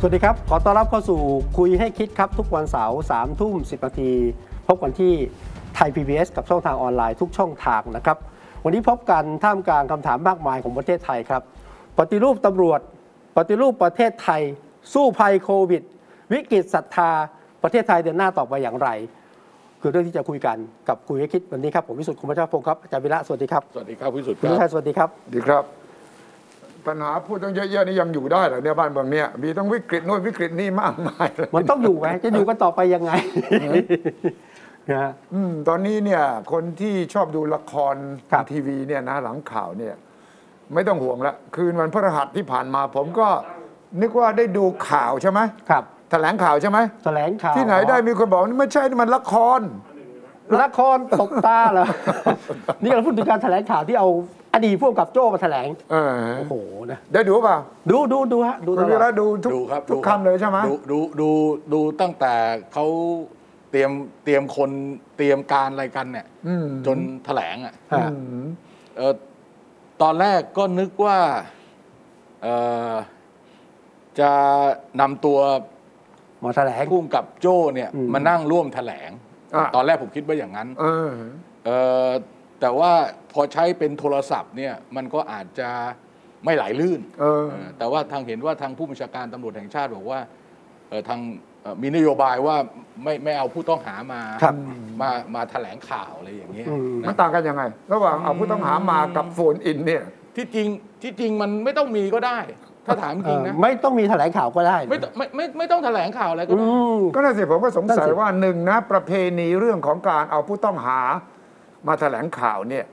สวัสดีครับ ขอต้อนรับเข้าสู่คุยให้คิดครับ ทุกวันเสาร์สามทุ่มสิบนาที พบกันที่ไทย PBS กับช่องทางออนไลน์ทุกช่องทางนะครับ วันนี้พบกันท่ามกลางคำถามมากมายของประเทศไทยครับ ปฏิรูปตำรวจ ปฏิรูปประเทศไทย สู้ภัยโควิด วิกฤตศรัทธา ประเทศไทยเดินหน้าต่อไปอย่างไร คือเรื่องที่จะคุยกันกับคุยให้คิดวันนี้ครับผมวิสุทธิ์คุณพระเจ้าพงศ์ครับอาจารย์วิระสวัสดีครับ สวัสดีครับพี่สุด คุณวิชัยสวัสดีครับ ดีครับ ปัญหาพูดต้องเยอะ ๆ นี่ยังอยู่ได้เหรอเนี่ยบ้านเมืองเนี่ยมีต้องวิกฤตโน่นวิกฤตนี่มากมายเลย มันต้องอยู่ไหมจะอยู่กันต่อไปยังไง นะฮะ อืมตอนนี้เนี่ยคนที่ชอบดูละคร ครับ ทีวีเนี่ยนะหลังข่าวเนี่ย ไม่ต้องห่วงละคืนวันพฤหัสที่ผ่านมา ผมก็นึกว่าได้ดูข่าวใช่ไหม ครับ แถลงข่าวใช่ไหม แถลงข่าว ที่ไหนได้มีคนบอกนี่ไม่ใช่นี่มันละคร ละครตบตาเหรอ นี่เราพูดถึงการแถลงข่าวที่เอาอดีตผู้กำกับโจ้มาแถลง เออ โอ้โหนะ ได้ดูเปล่า ดูดูดูฮะดูต คุณ ล วี อ ระ ด ดูทุก ดูครับ ทุก ดูรับ คำเลยใช่ไหม ดูดูดูดูตั้งแต่เขาเตรียมเตรียมคนเตรียมการอะไรกันเนี่ย อืม จนแถลงอ่ะ ฮะ อืม เออตอนแรกก็นึกว่าเออจะนำตัว หมอแถลง พุ่มกับโจ้เนี่ย อืม มานั่งร่วมแถลง อ่ะ ตอนแรกผมคิดว่าอย่างนั้น เออ เออแต่ว่าพอใช้เป็นโทรศัพท์เนี่ยมันก็อาจจะไม่ไหลลื่น เออ เออแต่ว่าทางเห็นว่าทางผู้บัญชาการตำรวจแห่งชาติบอกว่าเอ่อทางเอ่อมีนโยบายว่าไม่ไม่เอาผู้ต้องหามา ครับ มามาแถลงข่าวอะไรอย่างเงี้ย อืม มัน นะ ต่างกันยังไง ระหว่างเอาผู้ต้องหามากับโฟนอินเนี่ย ที่จริงที่จริงมันไม่ต้องมีก็ได้ ถ้าถามจ เอ ริง อ นะ ไม่ต้องมีแถลงข่าวก็ได้ ไม่ต้องไม่ไม่ไม่ต้องแถลงข่าวอะไรก็ อื ได้ ม ก็น่าสิผมก็สง นั่ สั น ย สิ ว่าหนึ่งนะ ประเพณีเรื่องของการเอาผู้ต้องหามาแถลงข่าวเนี่ย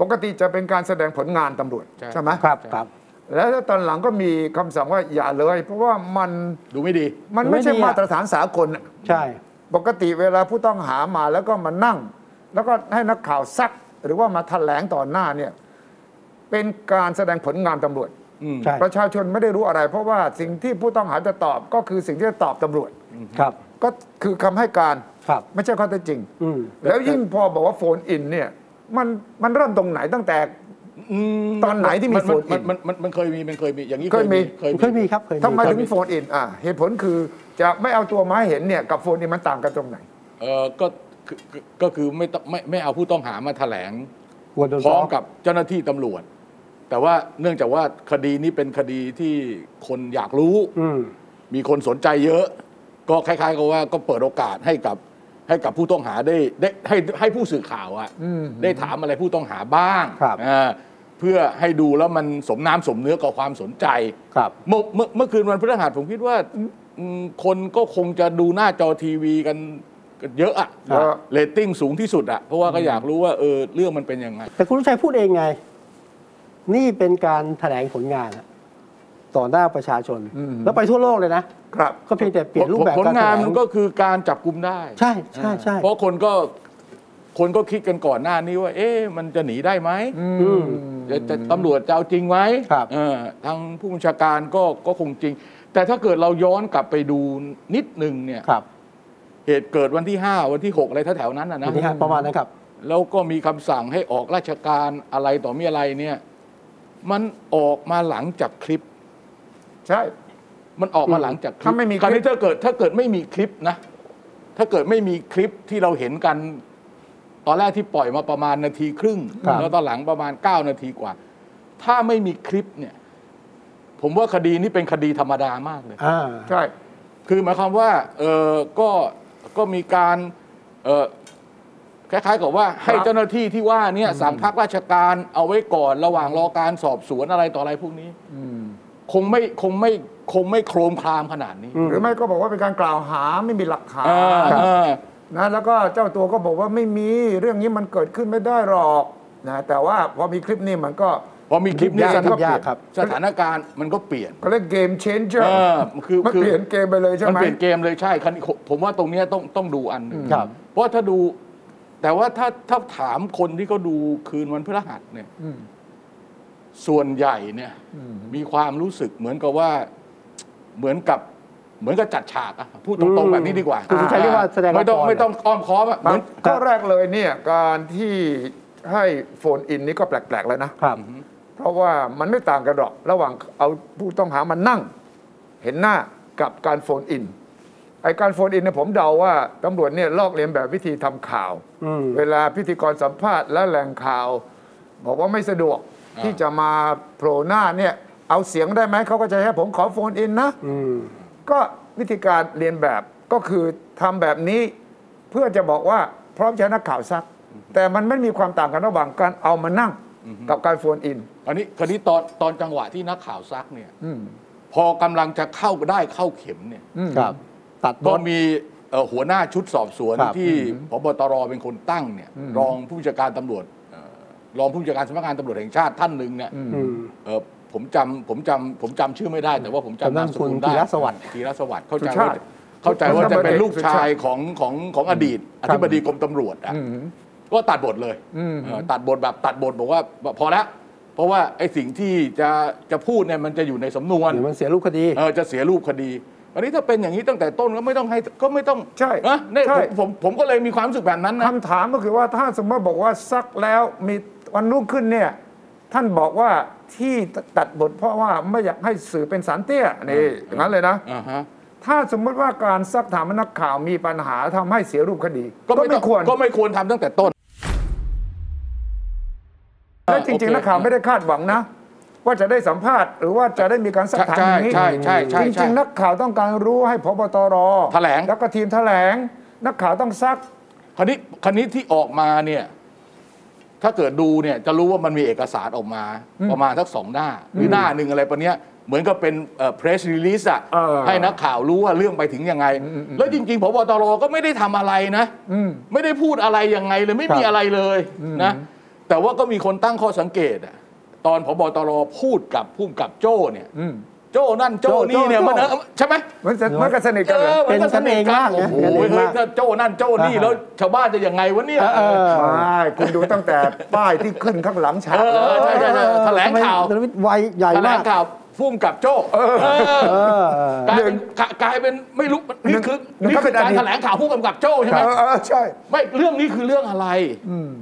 ปกติจะเป็นการแสดงผลงานตำรวจ ใช่ไหม ครับครับ แล้วตอนหลังก็มีคำสั่งว่าอย่าเลย เพราะว่ามัน ดูไม่ดี มันไม่ใช่ ไม่ดีอะ มาตรฐานสากลอะ ใช่ ปกติเวลาผู้ต้องหามาแล้วก็มานั่ง แล้วก็ให้นักข่าวซัก หรือว่ามาแถลงต่อหน้าเนี่ยเป็นการแสดงผลงานตำรวจ อืม ใช่ ประชาชนไม่ได้รู้อะไร เพราะว่าสิ่งที่ผู้ต้องหาจะตอบก็คือสิ่งที่จะตอบตำรวจ ครับ ก็คือคำให้การ ครับ ไม่ใช่ข้อเท็จจริง อืม แล้วยิ่งพอบอกว่าโฟนอินเนี่ยมันมันเริ่มตรงไหนตั้งแต่ ม ตอนไหนที่มี มัน โฟนอิ มัน น มันมันมันเคยมีมันเคยมีอย่างนี้ เคยมี เคยมี เคยมีครับเคยมี ทำไมถึง เคย โฟนอินอ่ะเหตุผลคือจะไม่เอาตัวมาให้เห็นเนี่ยกับโฟนอินมันต่างกันตรงไหน เออก็คือก็คือไม่ต้องไม่ไม่เอาผู้ต้องหามาแถลง กลัวโดน พร้ ฟ้ อ อ ม ง กับเจ้าหน้าที่ตำรวจ แต่ว่าเนื่องจากว่าคดีนี้เป็นคดีที่คนอยากรู้ อืม มีคนสนใจเยอะ ก็คล้ายๆกับว่าก็เปิดโอกาสให้กับให้กับผู้ต้องหาได้ได้ให้ให้ผู้สื่อข่าวอะ อืม ได้ถามอะไรผู้ต้องหาบ้าง ครับ เออเพื่อให้ดูแล้วมันสมน้ำสมเนื้อกับความสนใจ ครับ เมื่อเมื่อเมื่อคืนวันพฤหัสผมคิดว่าอืมคนก็คงจะดูหน้าจอทีวีกันกันเยอะอะ เยอะ เรตติ้งสูงที่สุดอะเพราะว่าก็อยากรู้ว่าเออเรื่องมันเป็นยังไง แต่คุณลุงชัยพูดเองไง นี่เป็นการแถลงผลงานอะต่อหน้าประชาชน อืม แล้วไปทั่วโลกเลยนะครับ ก็เพียงแต่เปลี่ยนรูปแบบ ผล การแถ งาน ลง มันก็คือการจับกลุ่มได้ ใช่ใช่ใช่ เพราะคนก็คนก็คิดกันก่อนหน้านี้ว่า เอ๊ะมันจะหนีได้ไหม อืม จะจะตำรวจจะเอาจริงไหม ครับ เออทางผู้บัญชาการก็ก็คงจริง แต่ถ้าเกิดเราย้อนกลับไปดูนิดหนึ่งเนี่ย ครับ เหตุเกิดวันที่ 5 วันที่ 6 อะไรแถวๆนั้นนะ อั นะ นนี้ฮะประมาณนั้นครับ แล้วก็มีคำสั่งให้ออกราชการอะไรต่อมีอะไรเนี่ยมันออกมาหลังจากคลิป ใช่ มันออกมาหลังจากคลิป ถ้าไม่มีคลิป ราวนี้ถ้าเกิดถ้าเกิดไม่มีคลิปนะ ถ้าเกิดไม่มีคลิปที่เราเห็นกัน ตอนแรกที่ปล่อยมาประมาณนาทีครึ่ง ครับ แล้วตอนหลังประมาณ 9 นาทีกว่า ถ้าไม่มีคลิปเนี่ย ผมว่าคดีนี้เป็นคดีธรรมดามากเลย อ่า ใช่ คือหมายความว่าเออก็ก็มีการเออคล้ายๆกับว่าให้ ครับ เจ้าหน้าที่ที่ว่าเนี่ยสั่งพักราชการเอาไว้ก่อนระหว่างรอการสอบสวนอะไรต่ออะไรพวกนี้ อืม คงไม่คงไม่คงไม่โครมครามขนาดนี้ อืม หรือไม่ก็บอกว่าเป็นการกล่าวหาไม่มีหลักฐาน อ่าอ่า นะแล้วก็เจ้าตัวก็บอกว่าไม่มีเรื่องนี้มันเกิดขึ้นไม่ได้หรอกนะแต่ว่าพอมีคลิปนี่มันก็ พอมีคลิปนี้ ยุ่งยากยุ่งสถานยากครับ สถานการณ์มันก็เปลี่ยน ก็เรียกเกมเชนเจอร์ เออคือ มัน คือ เปลี่ยนเกมไปเลยใช่ มัน ไหม เปลี่ยนเกมเลยใช่คันผมว่าตรงเนี้ยต้องต้องดูอันหนึ่ง ครับ เพราะถ้าดู แต่ว่าถ้าถ้าถามคนที่เขาดูคืนวันพฤหัสเนี่ย อืม ส่วนใหญ่เนี่ย มีความรู้สึกเหมือนกับว่าเหมือนกับเหมือนกับจัดฉากอะพูดตรงๆแบบนี้ดีกว่า คือคุณชัยเรียกว่าแสดงละคร ไม่ต้อง เหรอ ไม่ต้องอ้อมค้อมอะเหมือน ข้อแรกเลยเนี่ยการที่ให้โฟนอินนี่ก็แปลกๆแล้วนะ ครับ เพราะว่ามันไม่ต่างกันหรอก ระหว่างเอาผู้ต้องหามานั่ง เห็นหน้ากับการโฟนอินไอการโฟนอินเนี่ยผมเดาว่าตำรวจเนี่ยลอกเลียนแบบวิธีทำข่าว อืม เวลาพิธีกรสัมภาษณ์และแหล่งข่าว บอกว่าไม่สะดวก อ่า ที่จะมาโผล่หน้าเนี่ยเอาเสียงได้ไหมเขาก็จะให้ผมขอโฟนอินนะ อืม ก็วิธีการเรียนแบบก็คือทำแบบนี้เพื่อจะบอกว่าพร้อมจะให้นักข่าวซัก แต่มันไม่มีความต่างกันระหว่างการเอามานั่งกับการโฟนอิน อันนี้คันนี้ตอนตอนจังหวะที่นักข่าวซักเนี่ย อืม พอกำลังจะเข้าได้เข้าเข็มเนี่ย อืม ครับ ตัดบ ก็ ท มีเอ่อหัวหน้าชุดสอบสวน ครับ ที่พบตรเป็นคนตั้งเนี่ยรองผู้บัญชาการตำรวจเอ่อรองผู้บัญชาการสำนักงานตำรวจแห่งชาติท่านหนึ่งเนี่ยเอ่อผมจำผมจำผมจำชื่อไม่ได้ แต่ว่าผม จำ จำนามสกุล นามสกุล ได้ ธีรสวัสดิ์ ธีรสวัสดิ์เข้า สุ ใจ ชา ว่า ติ เข้าใจว่า สุชาติ จะเป็น สุชาติ ลูกชายของของของอดีตอธิบดีกรมตำรวจอ่ะ อืม ก็ตัดบทเลย อืม เอ่อตัดบทแบบตัดบทบอกว่าพอแล้วเพราะว่าไอ้สิ่งที่จะจะพูดเนี่ยมันจะอยู่ในสำนวน เดี๋ยวมันเสียรูปคดี เออจะเสียรูปคดี อันนี้ถ้าเป็นอย่างนี้ตั้งแต่ต้นก็ไม่ต้องให้ก็ไม่ต้อง ใช่ นะเนี่ย ใช่ ผมผมผมก็เลยมีความรู้สึกแบบนั้นนะ คำถามก็คือว่าถ้าสมมติบอกว่าซักแล้วมีวันรุ่งขึ้นเนี่ยท่านบอกว่าที่ตัดบทเพราะว่าไม่อยากให้สื่อเป็นสารเตี้ยนี่อย่างนั้นเลยนะ อ่าฮะ ถ้าสมมติว่าการซักถามนักข่าวมีปัญหาทำให้เสียรูปคดี ก็ ต้ ไม่ อง ควร ก็ไม่ควรทำตั้งแต่ต้น และจริงๆ นักข่าวไม่ได้คาดหวังนะ ว่าจะได้สัมภาษณ์หรือว่าจะได้มีการสักถามอย่างนี้ ใช่ใช่ใช่ใช่ จ ใช่ ริงๆ นักข่าวต้องการรู้ให้พบตร แถลง แล้วก็ทีมแถลง นักข่าวต้องซัก คันนี้คันนี้ที่ออกมาเนี่ย ถ้าเกิดดูเนี่ยจะรู้ว่ามันมีเอกสารออกมา ประมาณสักสองหน้าหรือหน้าหนึ่งอะไรประเนี้ยเหมือนกับเป็นเพรสรีลิสอะ เออ ให้นักข่าวรู้ว่าเรื่องไปถึงยังไง แล้วจริงๆพบตรก็ไม่ได้ทำอะไรนะ อืม ไม่ได้พูดอะไรยังไงเลย ไม่มีอะไรเลยนะแต่ว่าก็มีคนตั้งข้อสังเกตอะตอนพบตรพูดกับผู้กำกับโจ้เนี่ย อืม โจ้นั่นโจ้นี่เนี่ย โจ้ มันเออใช่ไหม มันจะมันก็สนิทกันเลย มัก็ เป็นกันเองมากนะ โอ้โห เป็นกันเอง เฮ้ย มาก ถ้าโจ้นั่นโจ้นี่แล้วชาวบ้านจะยังไงวะเนี่ย เออ ไม่คุณดูตั้งแต่ ป้ายที่ขึ้นข้างหลังฉาก เอ เล อ ย ใช่ใช่ใช่แถลงข่าว ทำไมนวิทย์ไวใหญ่ แถล มาก งข่าวพุ่มกับโจ้เออ เออ กลายเป็นกลายเป็นไม่รู้นี่คือนี่คือการแถลงข่าวผู้กำกับโจ้ใช่ เอ ไหม อเออใช่ ไม่เรื่องนี้คือเรื่องอะไร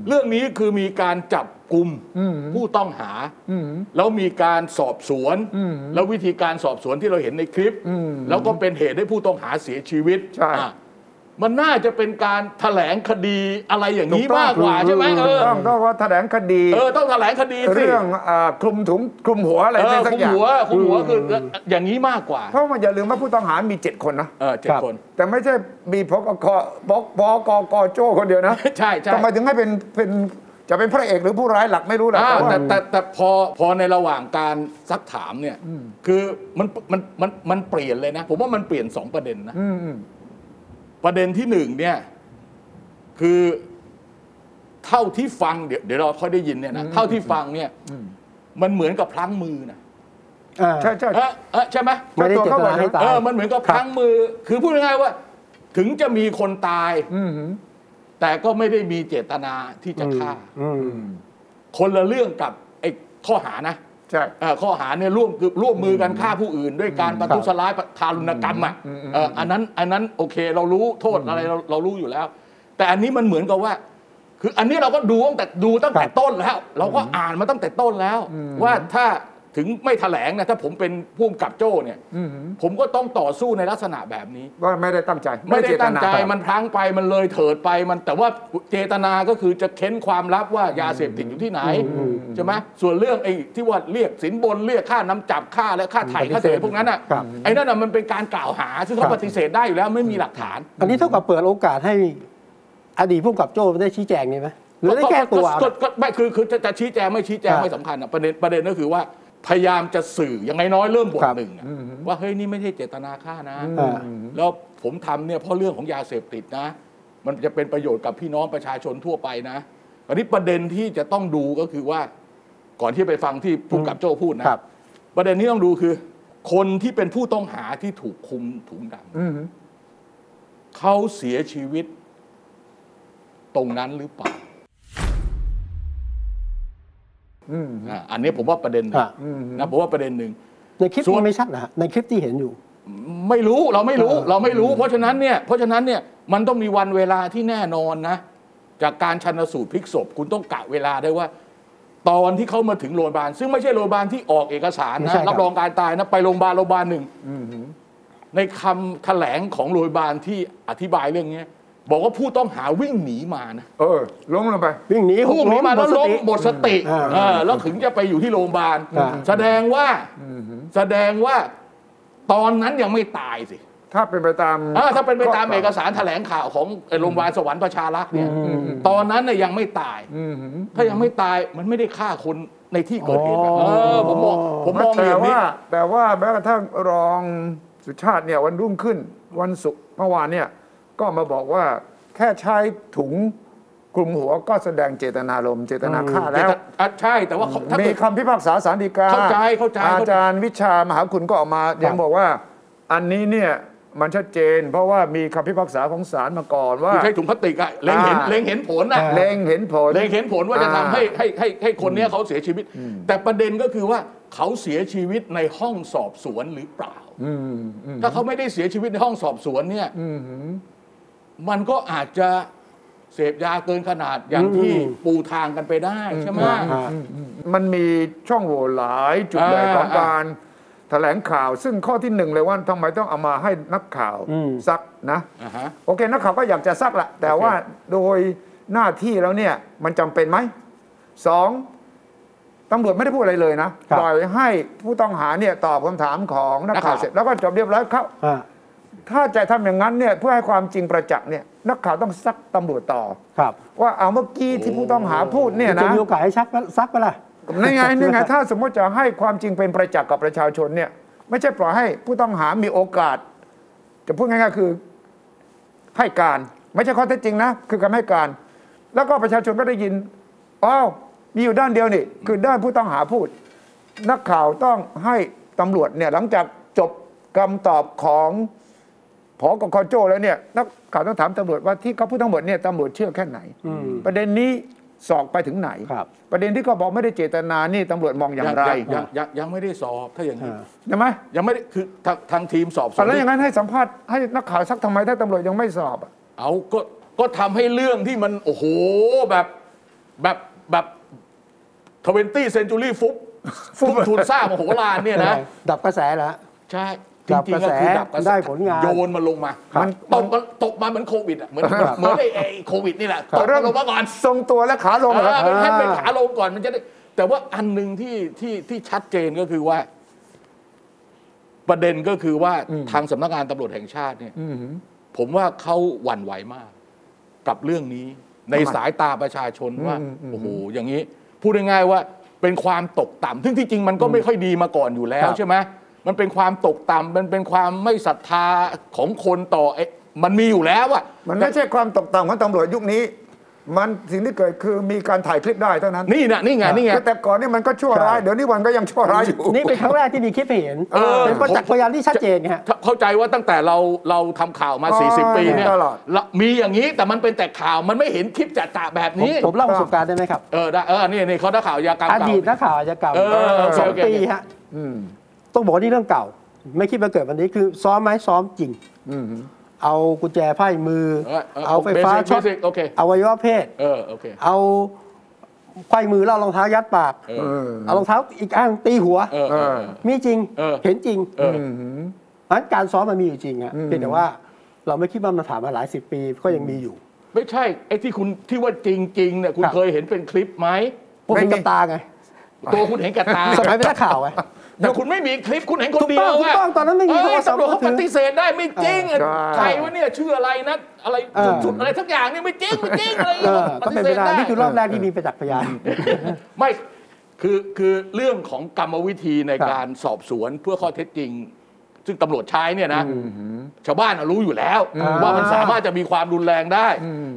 เรื่องนี้คือมีการจับกลุ่มผู้ต้องหา แล้วมีการสอบสวน แล้ววิธีการสอบสวนที่เราเห็นในคลิป แล้วก็เป็นเหตุให้ผู้ต้องหาเสียชีวิต ใช่ อ่ะมันน่าจะเป็นการถแถลงคดีอะไรอย่างนี้ ถูกต้อง มากกว่าใช่ไหมเออ ต้องต้องว่าแถลงคดี เออต้องถแถลงคดีสิ เรื่องอ่าคลุมถุงคลุมหัวอะไร เอ ได้ อ สัก คุม อย่าง หัวคุมหัวคืออย่างนี้มากกว่า เพราะมันอย่าลืมว่าผู้ต้องหามีเจ็ดคนนะ เออเจ็ด ครับ คน แต่ไม่ใช่มีพกกบกบกกโจคนเดียวนะ ใช่ใช่ ทำไมถึงให้เป็นเป็นจะเป็นพระเอกหรือผู้ร้ายหลักไม่รู้แหละ อ่า แต่ว่า แต่แต่แต่พอพอในระหว่างการซักถามเนี่ย คือมันมันมันมันเปลี่ยนเลยนะ ผมว่ามันเปลี่ยนสองประเด็นนะ อืมอืม ประเด็นที่หนึ่งเนี่ยคือเท่าที่ฟังเดี๋ยวเดี๋ยวเราค่อยได้ยินเนี่ยนะเท่าที่ฟังเนี่ยมันเหมือนกับพลั้งมือนะ อ่า ใช่ใช่ เออเออใช่ไหม ไม่ได้เจตนาให้ตาย เออมันเหมือนกับพลั้งมือ คือพูดง่ายๆว่า ถึงจะมีคนตาย อืมอืม แต่ก็ไม่ได้มีเจตนาที่จะฆ่า อืม คนละเรื่องกับไอ้ข้อหานะ ใช่ เอ่อข้อหาเนี่ยร่วมคือร่วมมือกันฆ่าผู้อื่น ด้วยการประทุษร้ายประทารุณกรรมอ่ะเอ่ออันนั้นอันนั้นโอเคเรารู้โทษอะไรเราเรารู้อยู่แล้ว แต่อันนี้มันเหมือนกับว่า คืออันนี้เราก็ดูตั้งแต่ดูตั้งแต่ต้นแล้ว เราก็อ่านมาตั้งแต่ต้นแล้ว ว่าถ้าถึงไม่แถลงนะถ้าผมเป็นผู้กำกับโจ้เนี่ยผมก็ต้องต่อสู้ในลักษณะแบบนี้ ว่าไม่ได้ตั้งใจ ไม่ได้ เจ ตั้ง นา ใจมันพลั้งไปมันเลยเถิดไปมันแต่ว่าเจตนาก็คือจะเค้นความลับว่ายาเสพติดอยู่ที่ไหนใช่ไหมส่วนเรื่องไอ้ที่ว่าเรียกสินบนเรียกค่าน้ำจับค่าและค่าไถ่ ปฏิเสธ ค่าเสียพวกนั้นอ่ะ ครับ ไอ้นั่นอ่ะมันเป็นการกล่าวหาซึ่งเขาปฏิเสธได้อยู่แล้วไม่มีหลักฐาน อันนี้เท่ากับเปิดโอกาสให้อดีตผู้กำกับโจ้ได้ชี้แจงนี่ไหมหรือได้แก้ตัว ก็ก็ไม่คือคือจะจะชี้แจงไม่ชี้แจง ครับ ไม่สำคัญอ่ะประเด็นประเด็นก็คือว่าพยายามจะสื่ออย่างน้อยๆเริ่มบท ครับ หนึ่งอ่ะว่าเฮ้ยนี่ไม่ใช่เจตนาฆ่านะ อ่า แล้วผมทำเนี่ยเพราะเรื่องของยาเสพติดนะ มันจะเป็นประโยชน์กับพี่น้องประชาชนทั่วไปนะอันนี้ประเด็นที่จะต้องดูก็คือว่า ก่อนที่ไปฟังที่ผู้กำกับโจ้พูดนะ ครับ ประเด็นนี้ต้องดูคือ คนที่เป็นผู้ต้องหาที่ถูกคุมถุงด อืม ำเขาเสียชีวิต ตรงนั้นหรือเปล่า อืม อ่ะอันนี้ผมว่าประเด็นหนึ่ง อ่ะ อืม นะผมว่าประเด็นหนึ่ง ในคลิป ส่วน นี้ไม่ชัดนะฮะในคลิปที่เห็นอยู่ ไม่รู้เราไม่รู้ เออ เราไม่รู้ เพราะฉะนั้นเนี่ยเพราะฉะนั้นเนี่ยมันต้องมีวันเวลาที่แน่นอนนะ จากการชันสูตรพลิกศพ คุณต้องกะเวลาได้ว่า ตอนที่เขามาถึงโรงพยาบาล ซึ่งไม่ใช่โรงพยาบาลที่ออกเอกสาร ไม่ นะ ใช่ครับ รับรองการตายนะไปโรงพยาบาลโรงพยาบาลหนึ่งในคำแถลงของโรงพยาบาลที่อธิบายเรื่องเนี้ยบอกว่าผู้ต้องหาวิ่งหนีมานะ เออล้มลงไป วิ่งหนีห ผู้ ก หนี ล้ม มา หม แล้ว ดส ล้ม ติ หมดสติ อ่า เออแล้วถึงจะไปอยู่ที่โรงพยาบาล อ่า แสดงว่าแสดงว่าตอนนั้นยังไม่ตายสิ ถ้าเป็นไปตาม อ่าถ้าเป็นไปตาม ข้ เอกสารแถลงข่าวของเอ่อโรงพยาบาลสวรรค์ประชารักษ์เนี่ย อืม ตอนนั้นน่ยยังไม่ตาย อืมหืม ถ้ายังไม่ตายมันไม่ได้ฆ่าคนในที่เกิดเหตุอะ อ๋ เอ อ อผมมองผมมอง แต่ อย่างนี้ ว่าแต่ว่าแม้กระทั่งรองสุชาติเนี่ยวันรุ่งขึ้นวันศุกร์เมื่อวานเนี่ยก็มาบอกว่าแค่ใช้ถุงกลุ่มหัวก็แสดงเจตนารมณ์เจตนาฆ่า แต่ แล้ว ถ้าอ่ะใช่แต่ว่าเขาถ้า มี เกิด คำพิพากษาสารดีกา เข้าใจเข้าใจ อาจารย์วิชามหาคุณก็ออกมายังบอกว่า อันนี้เนี่ยมันชัดเจน เพราะว่ามีคำพิพากษาของศาลมาก่อนว่า ใช้ถุงพลาสติกอะเล็งเห็น อ่า เล็งเห็นผลนะ เล็งเห็นผล เล็งเห็นผลว่าจะทำ อ่า ให้ให้ให้ให้คนเนี้ยเขาเสียชีวิต แต่ประเด็นก็คือว่าเขาเสียชีวิตในห้องสอบสวนหรือเปล่า อืมอืม ถ้าเขาไม่ได้เสียชีวิตในห้องสอบสวนเนี่ย อืมหืม มันก็อาจจะเสพยาเกินขนาดอย่างที่ อืม ปูทางกันไปได้ใช่ไหม อ่า มันมีช่องโหว่หลายจุดเลย อ่า ของ อ่า การแถลงข่าว ซึ่งข้อที่หนึ่งเลยว่าทำไมต้องเอามาให้นักข่าว อืม ซักนะ อ่าฮะ โอเค นักข่าวก็อยากจะซักละแต่ โอเค ว่าโดยหน้าที่แล้วเนี่ย มันจำเป็นไหมสองตำรวจไม่ได้พูดอะไรเลยนะ ครับ ปล่อยให้ผู้ต้องหาเนี่ยตอบคำถามของนักข่าวเสร็จ แล้วก็จบเรียบร้อยเขา อ่า ถ้าจะทำอย่างนั้นเนี่ยเพื่อให้ความจริงประจักษ์เนี่ยนักข่าวต้องซักตำรวจต่อ ครับ ว่าเอาเมื่อกี้ที่ผู้ต้องหาพูดเนี่ยนะ จะมีโอกาสให้ซักปะซักปะล่ะ นี่ไงนี่ไงถ้าสมมติจะให้ความจริงเป็นประจักษ์กับประชาชนเนี่ย ไม่ใช่ปล่อยให้ผู้ต้องหามีโอกาส จะพูดง่ายๆคือให้การ ไม่ใช่ข้อเท็จจริงนะ คือการให้การ แล้วก็ประชาชนก็ได้ยินอ้าวมีอยู่ด้านเดียวนี่ คือด้านผู้ต้องหาพูด นักข่าวต้องให้ตำรวจเนี่ยหลังจากจบคำตอบของผอกคโจแล้วเนี่ยนักข่าวต้องถามตำรวจว่าที่เขาพูดทั้งหมดเนี่ยตำรวจเชื่อแค่ไหน อืม ประเด็นนี้สอบไปถึงไหน ครับ ประเด็นที่เขาบอกไม่ได้เจตนานี่ตำรวจมองอย่างไร งยังยังยังไม่ได้สอบถ้าอย่างนี้ อ่า ใช่ไหม ยังไม่ได้คือทางทางทีมสอบสว อ่ะ น แล้วอย่างนั้นให้สัมภาษณ์ให้นักข่าวสักทำไมถ้าตำรวจยังไม่สอบอ่ะ เอาก็ก็ทำให้เรื่องที่มัน โอ้โห แบบแบบแบบทเวนตี้เซนจูรี่ฟุบ ฟุ ฟุ บ บทุนสร้างมโหฬารเนี่ยนะ ดับกระแสแล้ว ใช่จ ดับ ริง กระ ๆก็ แส คือดับกระแส ได้ผลงาน โยนมันลงมา ครับ มันตกมันตกมาเหมือนโควิดอ่ะ เหมือน ครับ เหมือนไอ้ไอ้โควิดนี่แหละตกมันลงมาก่อน ทรงตัวและขาลงเหรอครับ เออเป็นแค่ อ่า เป็นขาลงก่อนมันจะได้ แต่ว่าอันหนึ่งที่ที่ที่ชัดเจนก็คือว่า ประเด็นก็คือว่าทางสำนักงานตำรวจแห่งชาติเนี่ยผมว่าเขาหวั่นไหวมาก กับเรื่องนี้ ใน ทำไม สายตาประชาชนว่า อืมอืมอืม โอ้โหอย่างนี้ พูดง่ายๆว่าเป็นความตกต่ำซึ่งที่จริงมันก็ไม่ค่อยดีมาก่อนอยู่แล้ คว รับ ใช่ไหมมันเป็นความตกต่ำมันเป็นความไม่ศรัทธาของคนต่อไอ้มันมีอยู่แล้วอะ มันไม่ใช่ความตกต่ำของตำรวจยุคนี้ มันสิ่งที่เกิดคือมีการถ่ายคลิปได้เท่านั้น นี่นะนี่ไงนี่ไง คือแต่ก่อนนี่มันก็ชั่วร้าย ใช่ เดี๋ยวนี้วันก็ยังชั่วร้ายอยู่ นี่เป็นครั้งแรกที่มีคลิปให้เห็น เออ เป็นประจักษ์พยานที่ชัดเจนไงฮะ เข้าใจว่าตั้งแต่เราเราทำข่าวมา อ๋อ 40 ปีเนี่ย ตลอด ละมีอย่างนี้แต่มันเป็นแต่ข่าวมันไม่เห็นคลิปจ่าๆแบบนี้ ผมเล่าประสบการณ์ได้ไหมครับ เออได้เออนี่นี่เขาได้ข่าวยากรรม อ เก่า ดีตนักข่าวอาชญากรรม เออโอเค สอง โอเค ปีฮะ อืม ต้องบอกว่านี่เรื่องเก่า ไม่คิดมาเกิดวันนี้คือซ้อมไหมซ้อมจริง อืม เอากุญแจไพ่มือ เออเออ เอาไฟฟ้า basic ช็อต basic โอเค อวัยวะเพศ เออโอเค เอาไขว้มือแล้วเอารองเท้ายัดปาก เอ เอ อ อ เอารองเท้าอีกข้างตีหัว เออเออ มีจริง เออ เห็นจริง เออ อืมหืม เพราะฉะนั้นการซ้อมมันมีอยู่จริงอะ อืม เพียงแต่ว่าเราไม่คิดว่ามันผ่านมาหลายสิบปีก็ยังมีอยู่ ไม่ใช่ไอ้ที่คุณที่ว่าจริงๆเนี่ยคุณ ครับ เคยเห็นเป็นคลิปไหม พวก ไม่ คุณ มี กับตาไง ตัวคุณเห็นกับตา สมัยเป็นนักข่าวไง แต่คุณไม่มีคลิปคุณเห็นคนเดียถูกวต้องถูกต้องตอนนั้นไม่มี เย โทรศัพท์ ตำรวจเขา มือปถือ ฏิเสธได้ไม่จริง ใช่ ใครวะเนี่ยชื่ออะไรนะอะไร เออ สุดๆอะไรทักอย่างเนี่ยไม่จริงไม่จริงอะไรอย่าง เอ เงี้ย อ ป ก็ ฏิ เป็น เส ไป ธ ได้ ได้ นี่คือรอบแรกที่มีประจักษ์พยาน ไม่คือคือเรื่องของกรรมวิธีใน ครับ การสอบสวนเพื่อข้อเท็จจริง ซึ่งตำรวจใช้เนี่ยนะชาวบ้านน่ะรู้อยู่แล้ว อ่า ว่ามันสามารถจะมีความรุนแรงได้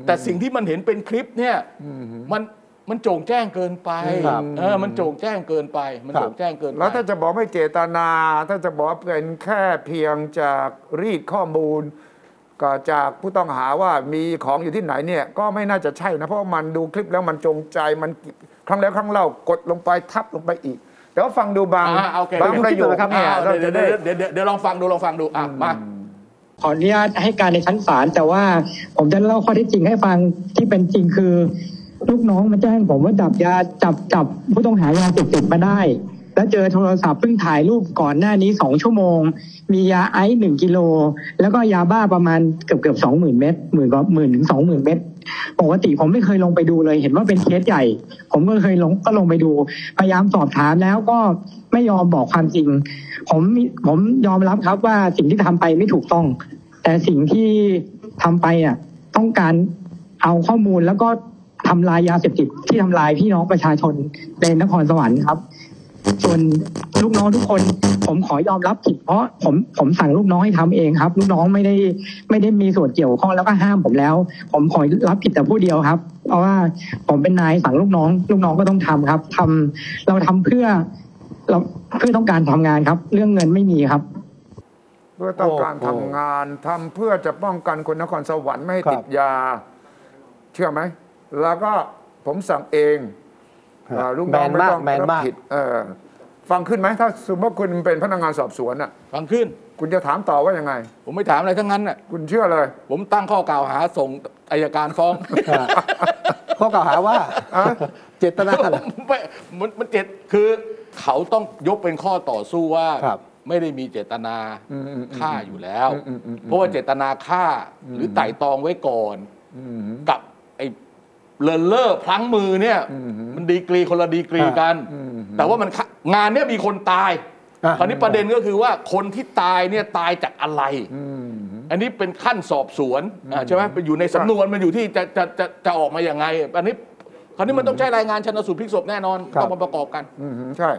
แต่สิ่งที่มันเห็นเป็นคลิปเนี่ยมัน มันโจ่งแจ้งเกินไป ครับ เออมันโจ่งแจ้งเกินไป มัน ครับ โจ่งแจ้งเกินไป แล้วถ้าจะบอกไม่เจตนา ถ้าจะบอกเป็นแค่เพียงจากรีดข้อมูล ก็จากผู้ต้องหาว่ามีของอยู่ที่ไหนเนี่ยก็ไม่น่าจะใช่นะ เพราะว่ามันดูคลิปแล้วมันจงใจมันครั้งแล้วครั้งเล่ากดลงไปทับลงไปอีกแต่ว่าฟังดูบาง อ่าโอเค บางประโยคเนี่ย อ่า เรา เดี๋ จะ ยว ได้ เดี๋ยวเดี๋ยวเดี๋ยวเดี๋ยวลองฟังดูลองฟังดูอ่ะมา ขออนุญาตให้การในชั้นศาลแต่ว่าผมจะเล่าข้อเท็จจริงให้ฟังที่เป็นจริงคือลูกน้องมาแจ้งผมว่าจับยาจับจับผู้ต้องหายาเสพติดมาได้ แล้วเจอโทรศัพท์เพิ่งถ่ายรูปก่อนหน้านี้สองชั่วโมง มียาไอซ์หนึ่งกิโลแล้วก็ยาบ้าประมาณเกือบเกือบสองหมื่นเม็ดหมื่นกว่าหมื่นถึงสองหมื่นเม็ดปกติผมไม่เคยลงไปดูเลย เห็นว่าเป็นเคสใหญ่ ผมก็เคยลงก็ลงไปดู พยายามสอบถามแล้วก็ไม่ยอมบอกความจริง ผมมีผมยอมรับครับว่าสิ่งที่ทำไปไม่ถูกต้อง แต่สิ่งที่ทำไปอ่ะต้องการเอาข้อมูลแล้วก็ทำลายยาเสพติดที่ทำลายพี่น้องประชาชนในนครสวรรค์ครับ ส่วนลูกน้องทุกคน ผมขอยอมรับผิดเพราะผมผมสั่งลูกน้องให้ทำเองครับ ลูกน้องไม่ได้ไม่ได้มีส่วนเกี่ยวข้องแล้วก็ห้ามผมแล้ว ผมขอรับผิดแต่ผู้เดียวครับ เพราะว่าผมเป็นนายสั่งลูกน้อง ลูกน้องก็ต้องทำครับทำเราทำเพื่อ เราเพื่อต้องการทำงานครับ เรื่องเงินไม่มีครับ เพื่อต้องการทำงานทำเพื่อจะป้องกันคนนครสวรรค์ไม่ให้ติด ครับ ยา เชื่อไหม แล้วก็ผมสั่งเอง ครับ อ่าลูกน้อง แมน ไม่ มาก ต้อง แมน รับ มาก ผิดเออฟังขึ้นไหมถ้าสมมติว่าคุณเป็นพนักงานสอบสวนอ่ะ ฟังขึ้น คุณจะถามต่อว่ายังไง ผมไม่ถามอะไรทั้งนั้นน่ะ คุณเชื่อเลย ผมตั้งข้อกล่าวหาส่งอายการฟ้อง ครับข้อกล่าวหาว่า อ่ะ เจตนาเหรอ ไม่มันมันเจตคือเขาต้องยกเป็นข้อต่อสู้ว่า ครับ ไม่ได้มีเจตนา อืมอืมอืม ฆ่าอยู่แล้ว อืมอืมอืม เพราะว่าเจตนาฆ่าหรือไต่ตองไว้ก่อน อืม กับไอ้เลินเล่อพลั้งมือเนี่ย อืม มันดีกรีคนละดีกรีกัน อืม แต่ว่ามันฆ่างานเนี่ยมีคนตาย อ่ะ คราวนี้ประเด็นก็คือว่าคนที่ตายเนี่ยตายจากอะไร อืม อันนี้เป็นขั้นสอบสวนอ่าใช่ไหมไปอยู่ในสำนวนมันอยู่ที่จะจะจะจะออกมาอย่างไง อันนี้คราวนี้มันต้องใช้รายงานชนสูตรพลิกศพแน่นอน ครับ ต้องมาประกอบกัน อืมใช่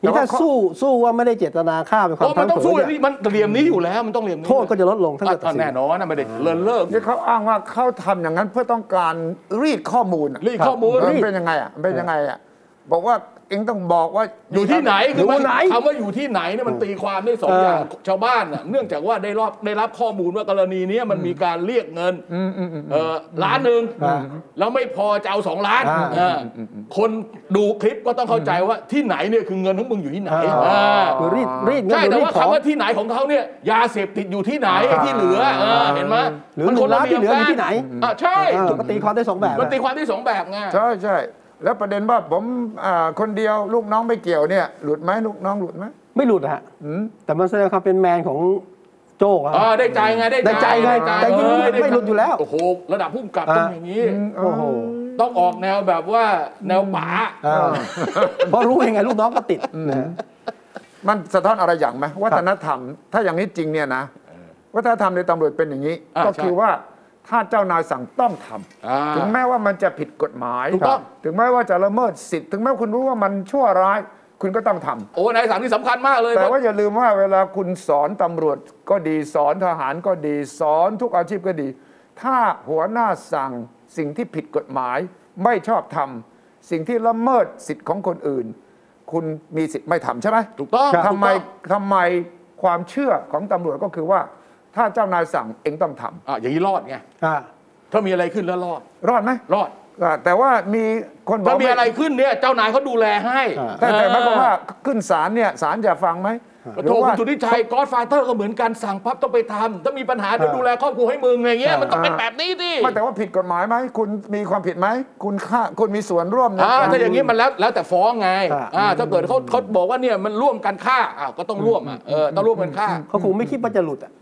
แต่ นี่ ว่ ถ้า ข้อ สู้สู้ว่าไม่ได้เจตนาฆ่าเป็นความ เพราะ พ มั ลั้ น ง ต้อง เผล สู้ อเนี่ย นี่มันเตรียมนี้อยู่แล้วมันต้องเรียมนี้ โทษก็จะลดลงถ้าเกิดตัด อ่ะ สิน แน่นอนนะไม่ได้เลินเลิก นี่เขาอ้างว่าเขาทำอย่างนั้นเพื่อต้องการรีดข้อมูลอะ รีดข้อมูล เออ รีด เป็นยังไงอ่ะมันเป็นยังไงอ่ะบอกว่าเองต้องบอกว่า อยู่ที่ไหน อยู่ มั ไหน คำว่าอยู่ที่ไหนเนี่ยมันตีความได้สอง เออ อ อ ย่างชาวบ้านน่ะเนื่องจากว่าได้รับได้รับข้อมูลว่ากรณีเนี้ยมันมีการเรียกเงิน อืมอืมอืม เอ่อล้านหนึ่ง อ่า แล้วไม่พอจะเอาสองล้าน อ่า เอออคนดูคลิปก็ต้องเข้าใจว่าที่ไหนเนี่ยคือเงินของมึงอยู่ที่ไหน อ่าหเออรือรีดรีดเงิน ใช่ หรือ แต่ รีด ว่า ขอ คำ ง ว่าที่ไหนของเขาเนี่ยยาเสพติดอยู่ที่ไหนไอ้ที่เหลือเออเห็นไหม หรือ มัค หนึ่งล้านที่เหลืออยู่ที่ไหน อ่ะใช่ เออมันตีความได้สองแบบ มันตีความได้สองแบบไง ใช่ใช่แล้วประเด็นว่าผมอ่าคนเดียวลูกน้องไม่เกี่ยวเนี่ย หลุดไหมลูกน้องหลุดไหม ไม่หลุดนะฮะ อืม แต่มันแสดงความเป็นแมนของโจ้อะ เออได้ใจไงได้ ได้ใจไงแต่จริง เออ ไม่หลุดอยู่แล้ว โอ้โหระดับผู้กำกับต้อง อ่ะ อย่างนี้ โอ้โห ต้องออกแนวแบบว่าแนวป๋า เออเพราะรู้ยังไงลูกน้องก็ติดนะฮะ มันสะท้อนอะไรอย่างไหมวัฒนธรรม ถ้าอย่างนี้จริงเนี่ยนะวัฒนธรรมในตำรวจเป็นอย่างนี้ า ก็ ใช่ คือว่าถ้าเจ้านายสั่งต้องทำ อ่า ถึงแม้ว่ามันจะผิดกฎหมาย ถูกต้อง ถึงแม้ว่าจะละเมิดสิทธิ์ถึงแม้คุณรู้ว่ามันชั่วร้าย คุณก็ต้องทำ โอ้นายสามที่สำคัญมากเลย แต่ว่าอย่าลืมว่าเวลาคุณสอนตำรวจก็ดีสอนทหารก็ดี สอนทุกอาชีพก็ดี ถ้าหัวหน้าสั่งสิ่งที่ผิดกฎหมาย ไม่ชอบทำสิ่งที่ละเมิดสิทธิ์ของคนอื่น คุณมีสิทธิ์ไม่ทำใช่ไหม ถูกต้อง ทำไม ถูกต้อง ทำไมความเชื่อของตำรวจก็คือว่า ถ้าเจ้านายสั่งเองต้องท อ่ะอย่างนี้รอดไง อ่า ถ้ามีอะไรขึ้นแล้วรอด ำรอดไหม รอด อ่าแต่ว่ามีคนบอก ถ้ามี ว่า อะไรขึ้นเนี่ยเจ้านายเขาดูแลให้ อ่า แต่แต่หมายความว่า เอ ขึ้นศาลเนี่ยศาลจะฟังไหม อโทรคุณจุทธิชัยกอดฟาเตอร์ก็เหมือนกันสั่งปั๊บต้องไปทำถ้ามีปัญหาจะดูแลครอบครัวให้มึงอะไรเงี้ยมันต้องเป็นแบบนี้ดิ ไม่แต่ว่าผิดกฎหมายไหมคุณมีความผิดไหมคุณฆ่าคุณมีส่วนร่วมใน อ่าก ร ถ้าอย่างนี้มันแล้วแล้วแต่ฟ้องไง อ่า อ่าถ้าเกิดเขาเขาบอกว่าเนี่ยมันร่วมกันฆ่าอ้าวก็ต้องร่วมอ่ะเออต้องร่วมกันฆ่า เขาคงไม่คิดว่าจะหลุดอ่ะ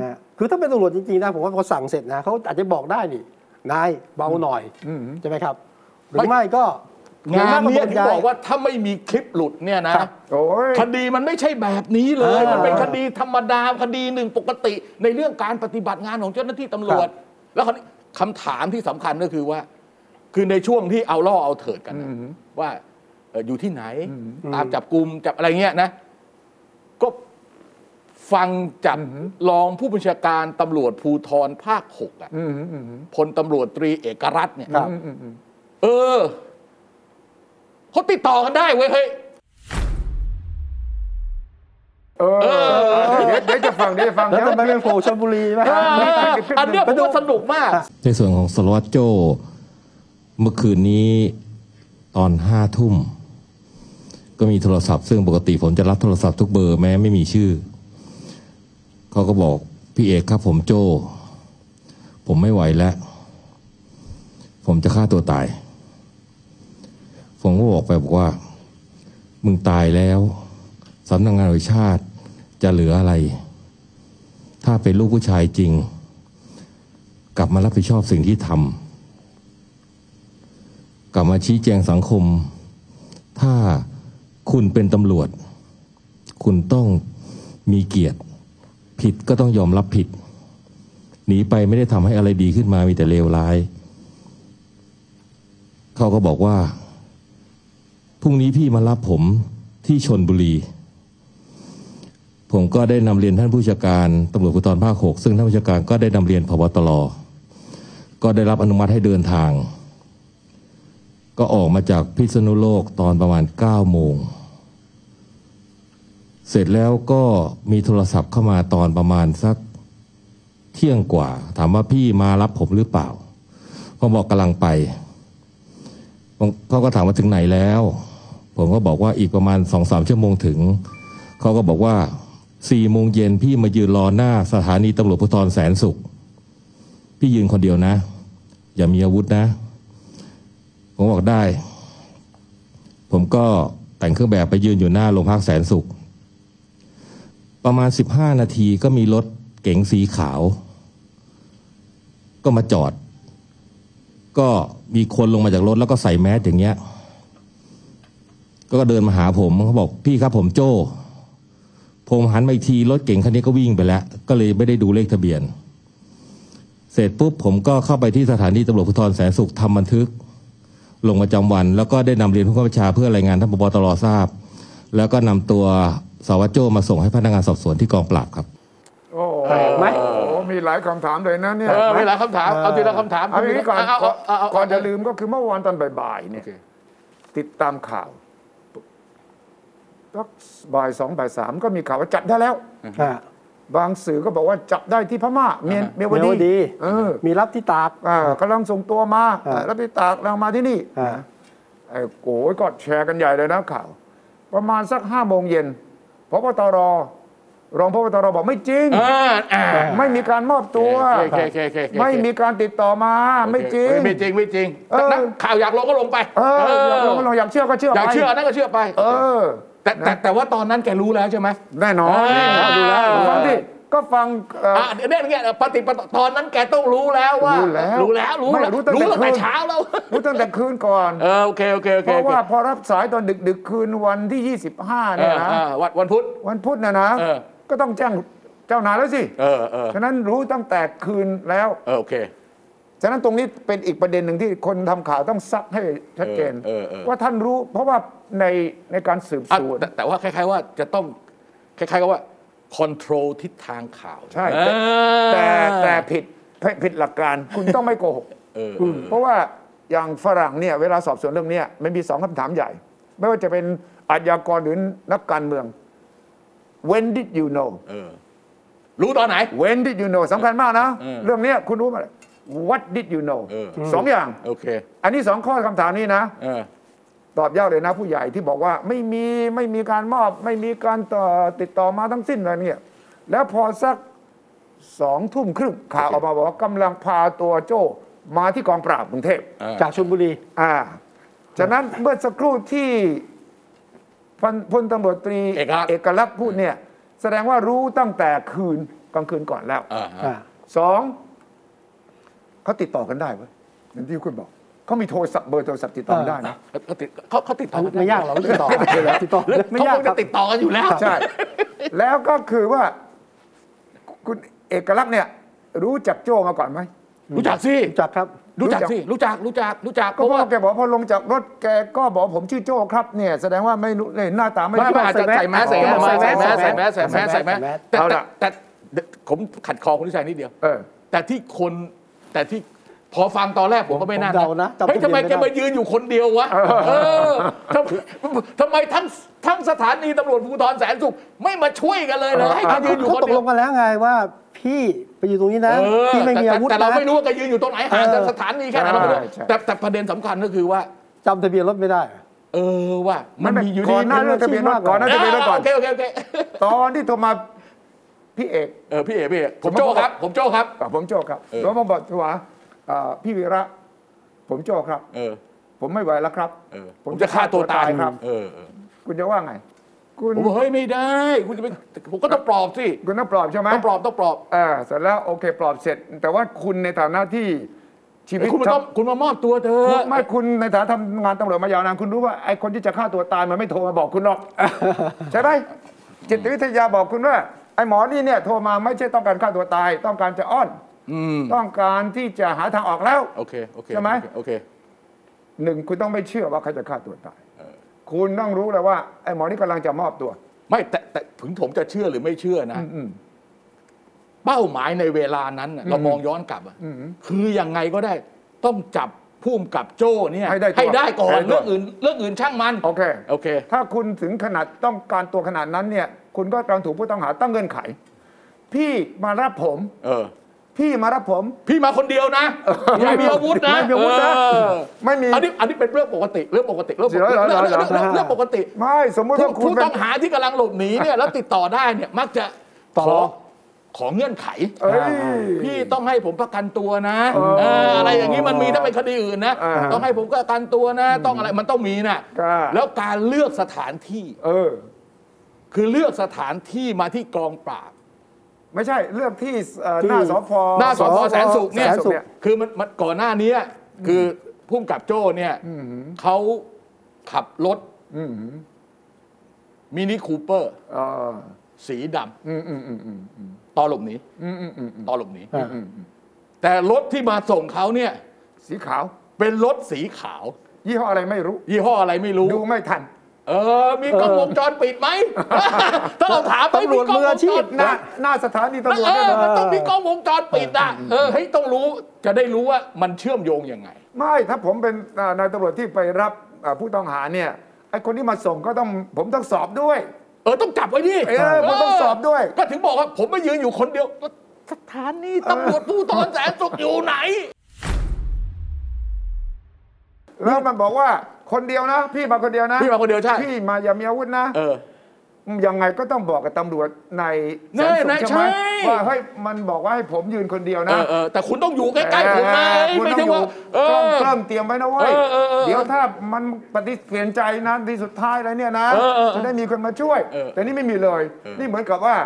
นะฮะคือถ้าเป็นตำรวจจริงๆนะผมว่าพอสั่งเสร็จนะเขาอาจจะบอกได้นี่นายเบาหน่อยใช่ไหมครับ หรือไม่ก็ งานเนี้ย หรื ที่ ไม่ บอกว่าถ้าไม่มีคลิปหลุดเนี่ยนะ ครับ โอ้ย คดีมันไม่ใช่แบบนี้เลเอยอ มันเป็นคดีธรรมดาคดีหนึ่งปกติ ในเรื่องการปฏิบัติงานของเจ้าหน้าที่ตำรวจ แล้วคราวนี้คำถามที่สำคัญก็คือว่า คือในช่วงที่เอาล่อเอาเถิดกันนะว่าเอ่ออยู่ที่ไหน ตามจับกลุ่มจับอะไรเงี้ยนะ ก็ฟังจากรองผู้บัญชาการตำรวจภูธรภาคหกอะ อืมอืมอืม พลตำรวจตรีเอกรัตน์เนี่ย ครับ อืมอืมอืม เออ เขาติดต่อกันได้เว้ยเฮ้ย เออเออเดี๋ยวเดี๋ยวจะฟังเดี๋ยวจะฟัง แล้ว เดี๋ยว ทำไมเป็นโผล่ชลบุรีไหม เอ ฮะ ออันเนี้ยผมว่าสนุกมาก ในส่วนของสารวัตรโจ้เมื่อคืนนี้ตอนห้าทุ่ม ก็มีโทรศัพท์ซึ่งปกติผมจะรับโทรศัพท์ทุกเบอร์แม้ไม่มีชื่อ เขาก็บอกพี่เอกครับผมโจ้ ผมไม่ไหวแล้ว ผมจะฆ่าตัวตาย ผมก็บอกไปบอกว่า มึงตายแล้วสำนักงงานวิชาติจะเหลืออะไร ถ้าเป็นลูกผู้ชายจริง กลับมารับผิดชอบสิ่งที่ทำ กลับมาชี้แจงสังคม ถ้าคุณเป็นตำรวจ คุณต้องมีเกียรติ ผิดก็ต้องยอมรับผิด หนีไปไม่ได้ทำให้อะไรดีขึ้นมามีแต่เลวร้าย เขาก็บอกว่า พรุ่งนี้พี่มารับผมที่ชนบุรี ผมก็ได้นำเรียนท่านผู้บัญชาการตำรวจภูธรภาคหกซึ่งท่านผู้บัญชาการก็ได้นำเรียนพบตรก็ได้รับอนุมัติให้เดินทาง ก็ออกมาจากพิษณุโลกตอนประมาณ9โมง เสร็จแล้วก็มีโทรศัพท์เข้ามาตอนประมาณสักเที่ยงกว่า ถามว่าพี่มารับผมหรือเปล่าผมบอกกำลังไปผมเขาก็ถามว่าถึงไหนแล้ว ผมก็บอกว่าอีกประมาณสองสามชั่วโมงถึง เขาก็บอกว่าสี่โมงเย็นพี่มายืนรอหน้าสถานีตำรวจภูธรแสนสุข พี่ยืนคนเดียวนะ อย่ามีอาวุธนะ ผมบอกได้ ผมก็แต่งเครื่องแบบไปยืนอยู่หน้าโรงพักแสนสุข ประมาณ 15 นาทีก็มีรถเก๋งสีขาว ก็มาจอด ก็มีคนลงมาจากรถแล้วก็ใส่แมสอย่างเงี้ย ก็เดินมาหาผมเขาบอกพี่ครับผมโจ้ ผมหันมาอีกทีรถเก่งคันนี้ก็วิ่งไปแล้ว ก็เลยไม่ได้ดูเลขทะเบียน เสร็จปุ๊บผมก็เข้าไปที่สถานีตำรวจภูธรแสนสุขทำบันทึก ลงประจำวัน แล้วก็ได้นำเรียนผู้บังคับบัญชาเพื่อรายงานท่านปปตรทราบ แล้วก็นำตัวสารวัตรโจ้มาส่งให้พนักงานสอบสวนที่กองปราบครับ โอ้โห แปลกไหม โอ้โหมีหลายคำถามเลยนะเนี่ย เออเวลาคำถาม เอาทีละคำถาม เอาอย่างนี้ก่อน เา ก่อเาน เาเา ก่อนจะลืมก็คือเมื่อวานตอนบ่ายๆเนี่ย โอเค ติดตามข่าวสักบ่ายสองบ่ายสามก็มีข่าวว่าจับได้แล้ว อ่ะ บางสื่อก็บอกว่าจับได้ที่พม่าเมียนเมียว เมียว ดี ดี เออ มีรับที่ตาก อ่ากำลังส่งตัวมา อ่า แล้วไปตากเรามาที่นี่ อ่ะ ไอ้โอ้ยก็แชร์กันใหญ่เลยนะข่าว ประมาณสักห้าโมงเย็นพบตรรองพบตรบอกไม่จริง เอออ่า ไม่มีการมอบตัว โอเคโอเคโอเคโอเค ไม่มีการติดต่อมาไม่จริง ไม่จริงไม่จริง เออ นักข่าวอยากลงก็ลงไป เอออยากลงก็ลงอยากเชื่อก็เชื่อ อยาก ไป เชื่อนั่นก็เชื่อไป เออ แต่แต่แต่ว่าตอนนั้นแกรู้แล้วใช่ไหม แน่นอน เออ ดูแล้วฟังดิก็ฟังเอ่ออ อ่ะเนี่ยเนี่ยเนี่ยปฏิปต่อตอนนั้นแกต้องรู้แล้วว่า รู้แล้ว รู้ไม่แล้วรู้แล้ว รู้ตั้งแต่ รู้ตั้งแต่ คืน เช้าแล้ว รู้ตั้งแต่คืนก่อน เออโอเคโอเคโอเค เพราะว่าพอรับสายตอนดึกดึกๆคืนวันที่ 25 เอ เนี่ย อ นะ เออวันวันพุธ วันพุธนะนะ เออ ก็ต้องแจ้งเจ้านายแล้วสิ เออเออ ฉะนั้นรู้ตั้งแต่คืนแล้ว เออโอเค ฉะนั้นตรงนี้เป็นอีกประเด็นหนึ่งที่คนทำข่าวต้องซักให้ชัดเจน เออเออเออ ว่าท่านรู้ เพราะว่าในในการสืบ อ่ะ สวน แต่แต่ว่าคล้ายๆว่าจะต้องคล้ายๆกับว่าคอนโทรลทิศทางข่าว ใช่แต่ แต่แต่ผิดผิดหลักการคุณต้องไม่โกหก เออ เพราะว่าอย่างฝรั่งเนี่ยเวลาสอบสวนเรื่องเนี้ยมันมีสองคำถามใหญ่ ไม่ว่าจะเป็นอาชญากรหรือนักการเมือง when did you know เออ รู้ตอนไหน when did you know สำคัญมากนะ เออ เรื่องเนี้ยคุณรู้ไหมา what did you know เออ สองอย่าง โอเค อันนี้สองข้อคำถามนี้นะ เออ ตอบยากเลยนะผู้ใหญ่ที่บอกว่าไม่มีไม่มีการมอบไม่มีการต่อติดต่อมาทั้งสิ้นอะไรเนี่ยแล้วพอสักสองทุ่มครึ่งข่าวออกมาบอกว่ากำลังพาตัวโจ้มาที่กองปราบกรุงเทพ จากชลบุรี อ่า ฉะนั้นเมื่อสักครู่ที่พันพลตำรวจตรี เอกลักลักษษณ์ณ์พูดเนี่ย แสดงว่ารู้ตั้งแต่คืนกลางคืนก่อนแล้ว เออฮะ อ่ะ สองเขาติดต่อกันได้เว้ยอย่างที่คุณบอกเขามีโทรศัพท์เบอร์โทรศัพท์ติดต่อกันได้นะ เขาติดเขาเขาติดต่อ ไม่ยากหรอกติดต่อติ ดต่อ หรือ ไม่ เขา ยาก คง ค จะ รับ ติดต่อกันอยู่แล้ว ใช่ แล้วก็คือว่า คุณเอกลักษณ์เนี่ย รู้จักโจ้มาก่อนไหม รู้จักสิ รู้จักครับ รู้จักสิรู้จักรู้จักรู้จัก ก็เพราะว่าแกบอกพอลงจากรถแกก็บอกผมชื่อโจ้ครับเนี่ยแสดงว่าไม่รู้เลยหน้าตาไม่ ไม่ รู้ ไม่อาจจะใส่แมสใส่แมสใส่แมสใส่แมสใส่แมสใส่แมสแต่แต่แต่ผมขัดคอคุณทิชัยนิดเดียว เออ แต่ที่คนแต่ที่ พอฟังตอนแรกผมก็ไม่น่า ผมเดานะจำ เฮ้ย ทะ ทำ เบี ไม ยนไม่ แก ได้ มายืนอยู่คนเดียววะเออทำทำไมทั้งทั้งสถานีตำรวจภูธรแสนสุขไม่มาช่วยกันเลยเลยให้มายืนอยู่ เขา คน ตก เดี ล ยว งกันแล้วไงว่าพี่ไปอยู่ตรงนี้นะ เออ พี่ไม่มีอาวุธ แต่แต่เรา นะ ไม่รู้ว่าแกยืนอยู่ตรงไหนห่างจาก เออ สถานีแค่ไหนเราไม่รู้ ใช่ใช่ แต่แต่ประเด็นสำคัญก็คือว่า จำทะเบียนรถไม่ได้ เออว่า มันมีอยู่ ก่ ดี อนหน้าเรื่องทะเบียนรถก่อนหน้า เอ ทะเบียนรถ อ ก่อน โอเคโอเคโอเค ตอนที่โทรมาพี่เอก เออพี่เอ๋พี่เอ๋ผมโจ้ครับ ผมโจ้ครับ อ่ะผมโจครับ เออ หลวงพ่อบอกถวาอ่าพี่วีระ ผมโจครับ เออ ผมไม่ไหวแล้วครับ เออผมจะฆ่าตัวตาย ครับ เออเออ คุณจะว่าไง คุณ ผมบอกเฮ้ยไม่ได้คุณจะไปผมก็ต้องปลอบสิ คุณต้องปลอบใช่ไหม ต้องปลอบต้องปลอบ เออเสร็จแล้วโอเคปลอบเสร็จ แต่ว่าคุณในฐานะที่ชีวิต คุณมาต้องคุณมามอบตัวเธ ทำ อะ ไม่คุณในฐานะทำงานตำรวจมายาวนานคุณรู้ว่าไอ้คนที่จะฆ่าตัวตายมันไม่โทรมาบอกคุณ หรอก ใช่ไหมจิตวิทยาบอกคุณว่าไอ้หมอนี่เนี่ยโทรมาไม่ใช่ต้องการฆ่าตัวตาย ต้องการจะอ้อน อืม ต้องการที่จะหาทางออกแล้ว โอเคโอเค ใช่ไหม โอเค หนึ่งคุณต้องไม่เชื่อว่าเขาจะฆ่าตัวตายคุณต้องรู้แล้วว่าไอ้หมอนี่กำลังจะมอบตัว ไม่แต่แต่ถึงผมจะเชื่อหรือไม่เชื่อนะ อืม เป้าหมายในเวลานั้นน่ะเรามองย้อนกลับอะคือยังไงก็ได้ต้องจับพุ่มกับโจ้เนี่ย ให้ได้ตัว ก่อ ให้ น ได้ตัว เรื่องอื่นเรื่องอื่นช่างมัน โอเค โอเค ถ้าคุณถึงขนาดต้องการตัวขนาดนั้นเนี่ย คุณก็กำลังถูกผู้ต้องหาตั้งเงื่อนไข พี่มารับผม เออ พี่มารับผม พี่มาคนเดียวนะไม่มีอาวุธนะ ไม่มีอาวุธนะ เออ ไม่มี อันนี้อันนี้เป็นเรื่องปกติเรื่องปกติเรื่องปกติ เดี๋ยว เรื่อง เดี๋ยว เรื่องเรื่องเรื่องปกติ ไม่สมมติ ผู้ ว่าคุณ ผู้ เป็น ต้องหาที่กำลังหลบหนีเนี่ยแล้วติดต่อได้เนี่ยมักจะ ต่ ข อ อขอเงื่อนไข เอ้ย พี่ต้องให้ผมประกันตัวนะ เออ เอออะไรอย่างนี้มันมีถ้าเป็นคดีอื่นนะ อ่าฮะ ต้องให้ผมประกันตัวนะ ต้องอะไรมันต้องมีนะ ก็ แล้วการเลือกสถานที่ เออ คือเลือกสถานที่มาที่กองปราบ ไม่ใช่เรื่องที่เอ่อ ที่ หน้าสพ หน้าสพแสนสุขเนี่ย แสนสุขเนี่ย คือมันมันก่อนหน้านี้คือพุ่มกับโจ้เนี่ยเขาขับรถ อืมหือ มินิคูเปอร์ เอ่อ สีด อืมอืมอืมอืมอืม ำตอนหลบหนี อืมอืมอืมอืม ตอนหลบหนี อ่า แต่รถที่มาส่งเขาเนี่ย สีขาว เป็นรถสีขาว ยี่ห้ออะไรไม่รู้ ยี่ห้ออะไรไม่รู้ ดูไม่ทัน เออ มีกล้องวงจรปิดไหม ถ้าเราถามไป ตำรวจมืออาชีพ หน้า นะ หน้าสถานีตำรวจ เอ แน่ อน อน มันต้องมีกล้องวงจรปิดอะเออเฮ้ยต้องรู้จะได้รู้ว่ามันเชื่อมโยงยังไง ไม่ถ้าผมเป็นอ่านายตำรวจที่ไปรับอ่าผู้ต้องหาเนี่ยไอคนที่มาส่งก็ต้องผมต้องสอบด้วย เออต้องจับไว้ดิ เออผมต้องสอบด้วย ก็ถึงบอกว่าผมไม่ยืนอยู่คนเดียวก็สถานีตำรวจผู้ตอนแสนสุขอยู่ไหน แล้วมันบอกว่าคนเดียวนะ พี่มาคนเดียวนะ พี่มาคนเดียวใช่ พี่มาอย่ามีอาวุธนะ เออ ยังไงก็ต้องบอกกับตำรวจในแสนสุข แน่ๆ ใช่ไหม ใช่ ว่าเฮ้ยมันบอกว่าให้ผมยืนคนเดียว เอ นะ อเออแต่คุณต้องอยู่ใกล้ๆผมนะ เออ เอ้ยไม่ใช่ว่า เอ คุณต้อง อ อยู่กล้องกล้องเตรียมไว้นะเว้ย เออเออเออ เดี๋ยวถ้ามันปฏิเสธใจนะที่สุดท้ายแล้วเนี่ยนะ เออเออเออ จะได้มีคนมาช่วย เออ แต่นี่ไม่มีเลย นี่เหมือนกับว่า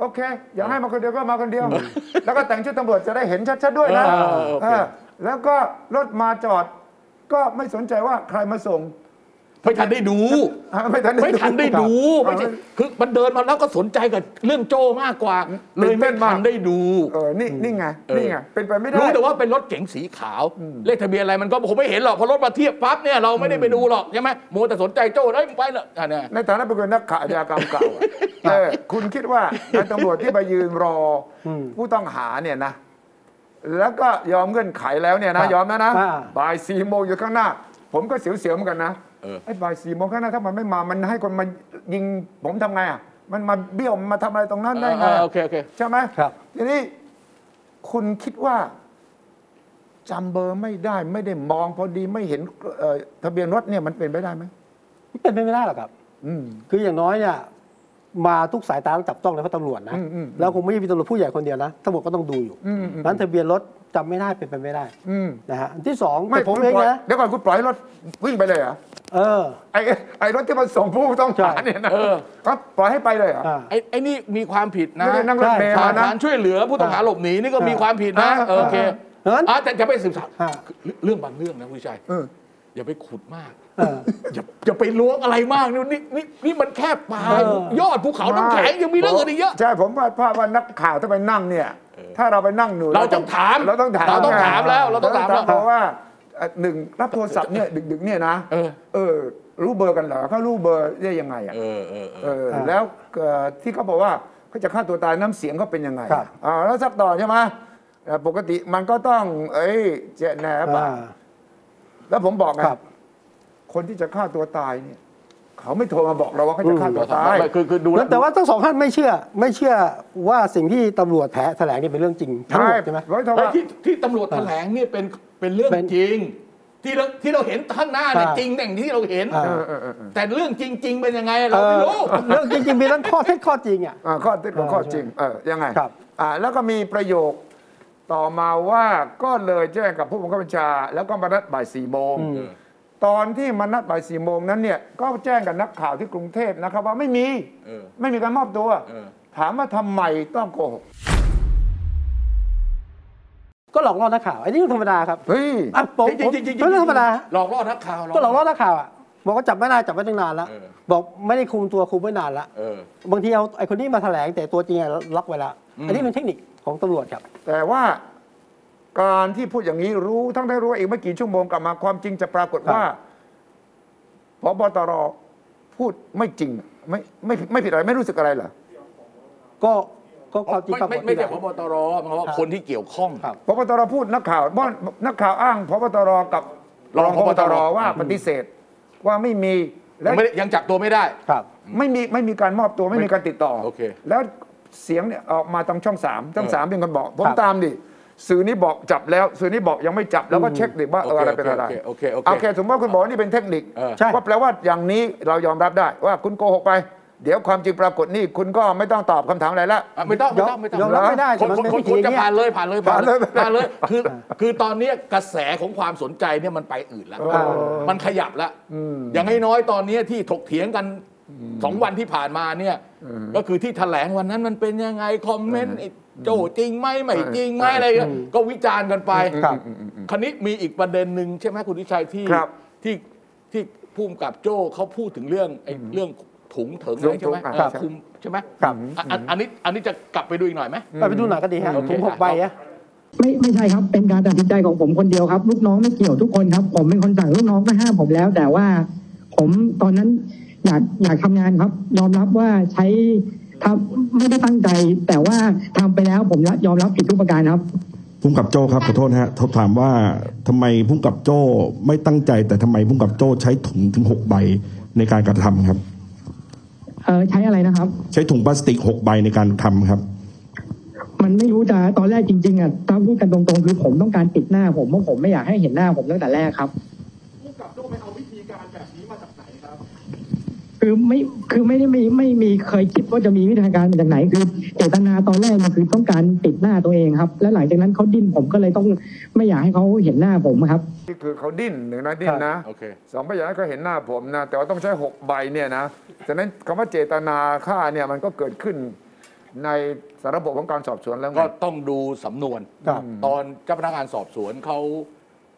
โอเค อยากให้มาคนเดียวก็มาคนเดียว แล้วก็แต่งชุดตำรวจจะได้เห็นชัดๆด้วยนะ เออเออโอเค เออแล้วก็รถมาจอด ก็ไม่สนใจว่าใครมาส่ง ไม่ทันได้ดู อ่ะ ไม่ทันได้ ไม่ทันได้ดูไม่ใช่ เออ คือมันเดินมาแล้วก็สนใจกับเรื่องโจมากกว่า เลย ตื่นเต้ ไม่ นมาก ทันได้ดู เออนี่นี่ไงนี่ไงเป็นไปไม่ได้ รู้แต่ว่าเป็นรถเก๋งสีขาว เลขทะเบียนอะไรมันก็ผมไม่เห็นหรอกเพอรถมาเทียบปั๊บเนี่ยเราไม่ได้ไปดูหรอกใช่ไหมโมวแต่สนใจโจ้เอ้ยมึงไปเหรออ่ะเนี่ย ในฐานะเป็นคนนักข่าวอาชญากรรมเก่าอะเออคุณคิดว่านายตำรวจที่ไปยืนรออ ม ผู้ต้องหาเนี่ยนะ แล้วก็ยอมเงื่อนไขแล้วเนี่ยนะ ครับ ยอมแล้วนะ อ่า บ่ายสี่โมงอยู่ข้างหน้า ผมก็เสียวๆเหมือนกันนะ เออ ไอ้บ่ายสี่โมงข้างหน้าถ้ามันไม่มามันให้คนมายิงผมทำไงอ่ะมันมาเบี้ยวมันมาทำอะไรตรงนั้นได้ไง เออ อะ โอเคโอเค ใช่ไหม ครับ ทีนี้คุณคิดว่าจำเบอร์ไม่ได้ ไม่ได้มองพอดีไม่เห็นเอ่อทะเบียนรถเนี่ยมันเป็นไปได้ไหม เป็นไปไม่ได้หรอกครับ อืม คืออย่างน้อยเนี่ยมาทุกสายตาต้องจับต้องเลยเพราะตำรวจนะ อืมอืม แล้วคงไม่ใช่มีตำรวจผู้ใหญ่คนเดียวนะตำรวจก็ต้องดูอยู่ อืมอืม นั้นทะเบียนรถจำไม่ได้เป็นไปไม่ได้ อืม นะฮะอันที่สอง ไม่ แต่ ผ ผม มเอง ปล่อย นะ เดี๋ยวก่อนคุณปล่อยให้รถวิ่งไปเลยเหรอ เออ ไอ้ไอ้รถที่มันส่งผู้ต้องหา ใช่ เนี่ยนะ เออ ก็ปล่อยให้ไปเลยเหรอ อ่า ไอ้ไอ้นี่มีความผิดนะ ไม่ได้นั่งรถเมฐามล์านนะ ฐานช่วยเหลือผู้ต้องหาหลบหนีนี่ก็มีความผิดนะ อ่า เออโอเค อ่า อ่าแต่จะไปสืบสาว อ่า เรื่องบางเรื่องนะคุณชัย เออ อย่าไปขุดมาก เออ อย่าอย่าไปล้วงอะไรมากนี่นี่นี่นี่มันแค่ปลาย เออ ยอดภูเขาน้ำแข็งยังมีเรื่องอื่นอีกเยอะ ใช่ผมว่าภาพว่านักข่าวถ้าไปนั่งเนี่ย ถ้าเราไปนั่งหนู เราต้องถาม เราต้องถาม เราต้องถามแล้วเราต้องถามแล้ว เพราะว่าเอ่อหนึ่งรับโทรศัพท์เนี่ยดึกๆเนี่ยนะ เออ เออ รู้เบอร์กันเหรอเขารู้เบอร์ได้ยังไงอ่ะ เออเออเอ เอ อ อแล้วเอ่อที่เขาบอกว่าเขาจะฆ่าตัวตายน้ำเสียงเขาเป็นยังไง ครับ อ่าแล้วสักต่อใช่ไหม เอ่อปกติมันก็ต้อง เอ้ยเจ๊แหนบ อ่า อะแล้วผมบอกไง ครับ คนที่จะฆ่าตัวตายเนี่ย เขาไม่โทรมาบอกเราว่าเขาจะฆ่าตัวตาย ไม่คือคือดู แล้วแต่ว่าทั้งสองท่านไม่เชื่อ ไม่เชื่อว่าสิ่งที่ตำรวจแถแถลงนี่เป็นเรื่องจริงทั้งหมดใช่ไหม ร้อยเท่า และ ว่า ที่ที่ตำรวจแถลงเนี่ยเป็นเป็นเรื่อง เป็น จริง ที่เราที่เราเห็นข้างหน้าเนี่ย อ่า จริงแต่งที่เราเห็น อ่า เออเออเออเออ แต่เรื่องจริง ๆ เป็นยังไงเราไม่รู้ เออเรื่องจริงๆมีทั้งข้อเท็จข้อจริงอ่ะ อ่าข้อเท็จจริง อ่า ข้อจริงเออยังไง ครับ อ่าแล้วก็มีประโยคต่อมาว่าก็เลยแจ้งกับผู้บังคับบัญชา แล้วก็มานัดบ่ายสี่โมงตอนที่มานัดบ่ายสี่โมงนั้นเนี่ยก็แจ้งกับนักข่าวที่กรุงเทพนะครับ ว่าไม่มี เออ ไม่มีการมอบตัว เออ ถามว่าทำไมต้องโกหก ก็หลอกล่อนักข่าวอันนี้เรื่องธรรมดาครับ เฮ้ย อ่ะผม จริงๆจริงๆจริงๆ ผมเรื่องธรรมดา หลอกล่อนักข่าวหลอก ก็หลอกล่ ล่อ อนักข่าวอ่ะบอกว่าจับไม่ได้จับไม่ตั้งนานแล้ว เออ บอกไม่ได้คุมตัวคุมไว้นานละ เออ บางทีเอาไอ้คนนี้มาแถลงแต่ตัวจริงอะล็อกไว้ละ อืม อันนี้เป็นเทคนิคของตำรวจครับ แต่ว่าการที่พูดอย่างนี้รู้ทั้งได้รู้ว่าอีกไม่กี่ชั่วโมงกลับมาความจริงจะปรากฏว่าพบตรพูดไม่จริง ไม่ไม่ไม่ผิดอะไรไม่รู้สึกอะไรเหรอ ก็ก็ความจริงปไม่ราก ไม่ ฏ ไม่ ที่หลัใช่ง พบตรหมันว่า ครับ คนที่เกี่ยวข้อง ครับ พบตรพูดนักข่าวบ้านนักข่าวอ้างพบตรกับรองพบตรว่าปฏิเสธว่าไม่มีและ ไม่ได้ยังจับตัวไม่ได้ ครับ ไม่มีไม่มีการมอบตัวไม่มีการติดต่อ โอเค แล้วเสียงเนี่ยออกมาทางช่องสามช่องสามเป็นคนบอก ผม ครับ ตามดิสื่อนี้บอกจับแล้ว สื่อนี้บอกยังไม่จับแล้วก็เช็คดิว่าเอออะไรเป็นอะไร โอเคโอเค โอ โอ เค เค สมมติว่าคุณบอกว่านี่เป็นเทคนิค เออ ใช่ ว่าแปลว่าอย่างนี้เรายอมรับได้ว่าคุณโกหกไป เดี๋ยวความจริงปรากฏนี่คุณก็ไม่ต้องตอบคำถามอะไรละ อ่ะไม่ต้องไม่ต้องไม่ต้อง ยอมรับไม่ได้ คน แต่ ค มัน นเป็น คนคน วิธี จะผ่านเลยผ่านเลยผ่านเลยผ่า ผ่าน น เล เลย ย คือคือตอนเนี้ยกระแสของความสนใจเนี่ยมันไปอื่นแล้ว อ่า มันขยับแล้วอย่างน้อยๆตอนเนี้ยที่ถกเถียงกันสองวันที่ผ่านมาเนี่ยก็คือที่แถลงวันนั้นมันเป็นยังไงคอมเมนต์ไอ้โจจริงไหมไม่จริงไหมอะไรเงี้ยก็วิจารณ์กันไป ครับ คราวนี้มีอีกประเด็นหนึ่งใช่ไหมคุณวิชัยที่ ครับ ที่ที่ผู้กำกับโจ้เขาพูดถึงเรื่องไอ้เรื่องถุงเถิงอะ ถุ ไรง ใช่ไหม ถุงอ่ะ เออ ครับ คุมใช่ไหม ครับ อ่ะอันอันนี้อันนี้จะกลับไปดูอีกหน่อยไหม ไปดูหนังก็ดีฮะ โอเค ถุงหกใบอะ ไม่ไม่ใช่ครับ เป็นการตัดสินใจของผมคนเดียวครับ ลูกน้องไม่เกี่ยวทุกคนครับ ผมเป็นคนสั่งลูกน้องก็ห้ามผมแล้ว แต่ว่าผมตอนนั้นอยากอยากทำงานครับ ยอมรับว่าใช้ทำไม่ได้ตั้งใจ แต่ว่าทำไปแล้วผมยอมรับผิดทุกประการครับ พุ่มกับโจ้ครับขอโทษนะฮะทบถามว่าทำไมพุ่มกับโจ้ไม่ตั้งใจ แต่ทำไมพุ่มกับโจ้ใช้ถุงถึงหกใบในการกระทำครับ เออใช้อะไรนะครับ ใช้ถุงพลาสติกหกใบในการทำครับ มันไม่รู้จะตอนแรกจริงๆอ่ะถ้าพูดกันตรงๆคือผมต้องการปิดหน้าผมเพราะผมไม่อยากให้เห็นหน้าผมตั้งแต่แรกครับ คือไม่คือไม่ได้มีไม่มีเคยคิดว่าจะมีวิธีการมาจากไหน คือเจตนาตอนแรกมันคือต้องการปิดหน้าตัวเองครับ และหลังจากนั้นเขาดิ้นผมก็เลยต้องไม่อยากให้เขาเห็นหน้าผมครับ นี่คือเขาดิ้นหนึ่งนะดิ้นนะ โอเค สองพยานก็เห็นหน้าผมนะ แต่ว่าต้องใช้หกใบเนี่ยนะฉะนั้นคำว่าเจตนาฆ่าเนี่ยมันก็เกิดขึ้นในสารบบของการสอบสวนแล้วไง ก็ต้องดูสำนวน ครับ ตอนเจ้าพนักงานสอบสวนเขา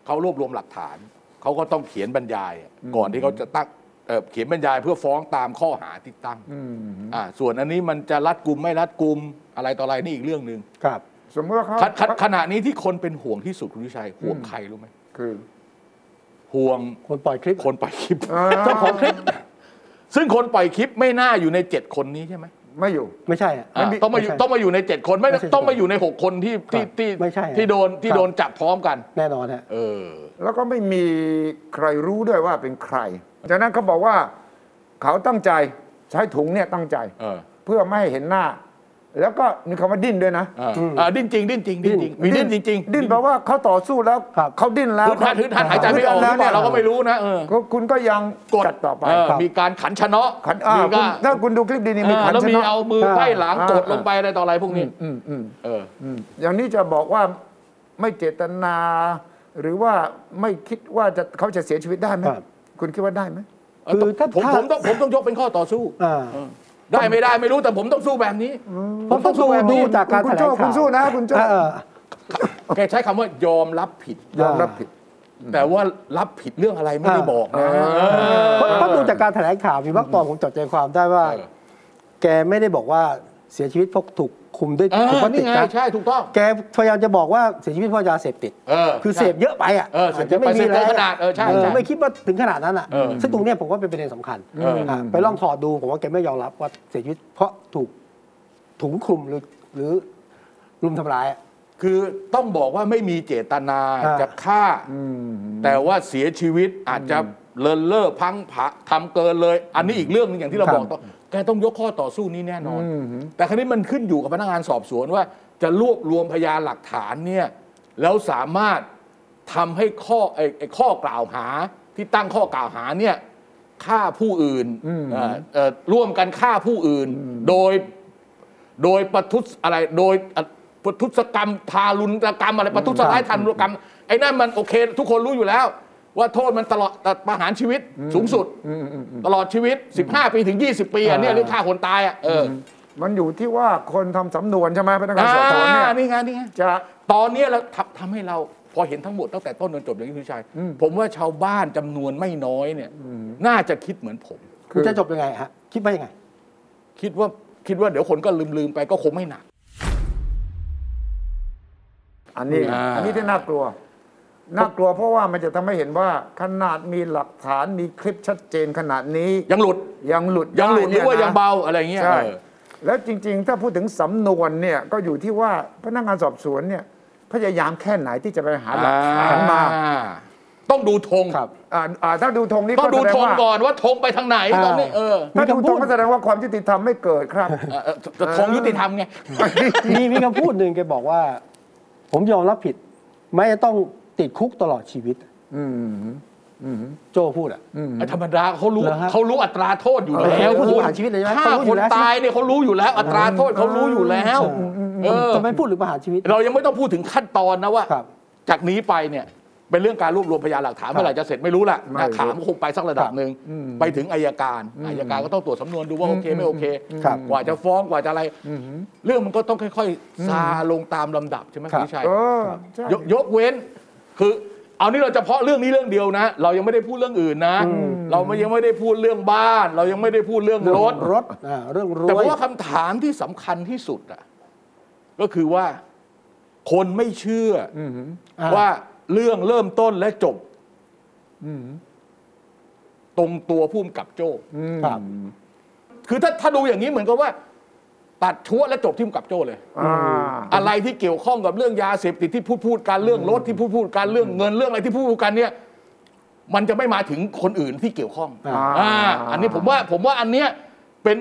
เขารวบรวมหลักฐาน เขาก็ต้องเขียนบรรยาย ก่อนที่เขาจะตั้งเอ่อเขียนบรรยายเพื่อฟ้องตามข้อหาที่ตั้ง อืม อ่าส่วนอันนี้มันจะรัดกุมไม่รัดกุมอะไรต่ออะไรนี่อีกเรื่องหนึ่ง ครับ สมมติว่าเขา ขขขณะนี้ที่คนเป็นห่วงที่สุดคุณวิชัยห่วงใครรู้ไหม คือ ห่วง คนปล่อยคลิป คนปล่อยคลิป อ่า เจ้าของคลิป ซึ่งคนปล่อยคลิปไม่น่าอยู่ในเจ็ดคนนี้ใช่ไหม ไม่อยู่ ไม่ใช่อะ อ่า ไม่มี ต้องมาอไม่ยู่ใช่ ต้องมาอยู่ในเจ็ดคนไม่ ไม่ใช่ ต้องมาอยู่ในหกคนที่ที่ ครับ ที่ ไม่ใช่ฮะ ที่โดนที่ ครับ โดนจับพร้อมกัน แน่นอนฮะ เออ แล้วก็ไม่มีใครรู้ด้วยว่าเป็นใครจากนั้นเขาบอกว่าเขาตั้งใจใช้ถุงเนี่ยตั้งใจ เออ เพื่อไม่ให้เห็นหน้า แล้วก็มีคำว่าดิ้นด้วยนะ เออออ่าดิ้นจริง ดิ้นจริงดิ้นจริงมีดิ้นจริงๆ ดิ้นแปลว่าเขาต่อสู้แล้ว ครับ เขาดิ้นแล้ว ฮึดฮัดฮึดฮัดหายใจไม่ออก ฮึดฮัดแล้ว เราก็ไม่รู้นะเออ ก็คุณก็ยัง กด จัต่อไป เ ครับ มีการขันชะเนาะ ขันอ่า มี คุ ก็ ณถ้าคุณดูคลิปดีนี่มี เออ ขัน แล้ว ช มี นะ เอามือไขว้หลังกดลงไปอะไรต่ออะไรพวกนี้ อืมอืม เออ อืมอย่างนี้จะบอกว่าไม่เจตนา หรือว่าไม่คิดว่าจะเขาจะเสียชีวิตได้ไหม ครับ คุณคิดว่าได้ไหม คือถ้า ผม ถ้า ผมต้องผมต้องยกเป็นข้อต่อสู้ อ่า ได้ไม่ได้ไม่รู้แต่ผมต้องสู้แบบนี้ ผมต้องดู ผมต้องดู ดูจากการ คุ แถ ณ ล โจ้ งข่าว คุณสู้นะคุณโจ้ เออ แกใช้คำว่ายอมรับผิด ยอมรับผิด แต่ว่ารับผิดเรื่องอะไรไม่ได้ อ่า บอกนะ เพราะเพราะดูจากการแถลงข่าวมีบางตอนผมจดใจความได้ว่า เออ แกไม่ได้บอกว่าเสียชีวิตเพราะถูกคุมด้วย เออ ถุงพลาสติ นี่ ก ไง นะ ใช่ถูกต้อง แกพยายามจะบอกว่าเสียชีวิตเพราะยาเสพติด เออ คือ ใช่ เสพเยอะไปอ่ะ เออเสพเยอะไป จจ เสพเกินขนาดเออใช่ใช่ ไม่คิดว่าถึงขนาดนั้นอ่ะ เออ ซึ่งตรงเนี้ยผมว่าเป็นประเด็นสำคัญ เอออ่ ะไปลองถอดดูผมว่าแกไม่ยอมรับว่าเสียชีวิตเพราะถูกถุงคลุมหรือหรือรุมทำร้ายอะ คือต้องบอกว่าไม่มีเจตนา อ่า จะฆ่า แต่ว่าเสียชีวิตอาจจะเลินเล่อพลังผะทำเกินเลย อันนี้อีกเรื่องหนึงอย่างที่เรา ครับ บอกต่อแกต้องยกข้อต่อสู้นี้แน่นอน แต่ครั้นี้มันขึ้นอยู่กับพนักงานสอบสวนว่า จะรวบรวมพยานหลักฐานเนี่ยแล้วสามารถทำให้ข้อไอ้ไอ้ข้อกล่าวหาที่ตั้งข้อกล่าวหาเนี่ยฆ่าผู้อื่นเอ่อเอ่อร่วมกันฆ่าผู้อื่นโดย โดยประทุษอะไรโดยอ่ะประทุษกรรมทารุณกรรมอะไรประทุษร้ายทารุณกรรมไอ้นั่นมันโอเค ทุกคนรู้อยู่แล้ว ว่าโทษมันตลอดแต่ประหารชีวิตสูงสุด ตลอดชีวิต 15 ปีถึง 20 ปีอันนี้เรื่องฆ่าคนตายอ่ะเออ มันอยู่ที่ว่าคนทำสำนวนใช่ไหมพนักงานสอบสวนเนี่ย อ่านี่ไงนี่ไง จะ ตอนนี้เราทำทำให้เราพอเห็นทั้งหมดตั้งแต่ต้นจนจบอย่างที่คุณชัยผมว่าชาวบ้านจำนวนไม่น้อยเนี่ยน่าจะคิดเหมือนผม คุณจะจบยังไงฮะคิดว่ายังไง คิดว่าคิดว่าเดี๋ยวคนก็ลืมๆไปก็คงไม่หนัก อันนี้ อ่า อันนี้ที่น่ากลัว น่ากลัวเพราะว่ามันจะทำให้เห็นว่าขนาดมีหลักฐานมีคลิปชัดเจนขนาดนี้ ยังหลุด ยังหลุด ยังหลุดห ไเนี่ รือว่า นะ ยังเบาอะไรอย่างเงี้ย ใช่ เออ แล้วจริง ๆ ถ้าพูดถึงสำนวนเนี่ยก็อยู่ที่ว่าพนักงานสอบสวนเนี่ยพยายามแค่ไหนที่จะไปหาหลักฐานมา อ่ต้องดูธง ครับ อ่าอ่าถ้าดูธงนี้ ต้องดู แส ธง ว่า ก่อนว่าธงไปทางไหนตอนนี้เออ ถ้าดูธงก็แสดงว่าความยุติธรรมไม่เกิดครับ เออเออจะธงยุติธรรมไง มีมีคำพูดหนึ่งแกบอกว่า ผมยอมรับผิด ไม่ต้องติดคุกตลอดชีวิต อืม โจพูดอ่ะ ไอ้ธรรมดาเขารู้ เหรอฮะ เขารู้อัตราโทษอยู่แล้ว เออ คุณ รู้ประหารชีวิตเลยใช่ไหม ฆ่า เขารู้อ ค ยู่ น แล้ว ตายเนี่ยเขารู้อยู่แล้ว อัตราโทษเขารู้อยู่แล้วเออ ทำไมพูดหรือประหารชีวิต เรายังไม่ต้องพูดถึงขั้นตอนนะว่า ครับ จากนี้ไปเนี่ยเป็นเรื่องการรวบรวมพยานหลักฐานเมื่อไหร่จะเสร็จไม่รู้ล่ะ ไม่รู้ นะถามก็คงไปสักระดับหนึ่งไปถึงอายการอายการก็ต้องตรวจสำนวนดูว่าโอเคไม่โอเค ครับ กว่าจะฟ้องกว่าจะอะไรเรื่องมันก็ต้องค่อยๆซาลงตามลำดับใช่ไหม ครับคุณวิชัย เออใช่ ยกยกเว้นคือเอานี่เราเฉพาะเรื่องนี้เรื่องเดียวนะ เรายังไม่ได้พูดเรื่องอื่นนะ เราไม่ยังไม่ได้พูดเรื่องบ้าน เรายังไม่ได้พูดเรื่องรถ รถอ่าเรื่องรวย แต่ว่าคำถามที่สำคัญที่สุดอ่ะก็คือว่าคนไม่เชื่ออ อ่า ว่าเรื่องเริ่มต้นและจบตรงตัวพุ่มกับโจ้ ครับ คือถ้าถ้าดูอย่างนี้เหมือนกับว่า ตัดชั่วและจบที่ภูมิกับโจ้เลย อ่า อะไรที่เกี่ยวข้องกับเรื่องยาเสพติดที่พูดพูดกันเรื่องรถที่พูดพูดกันเรื่องเงินเรื่องอะไรที่พูดพูดกันเนี่ย มันจะไม่มาถึงคนอื่นที่เกี่ยวข้อง อ่า อ่าอันนี้ผมว่าผมว่าอันเนี้ยเป็น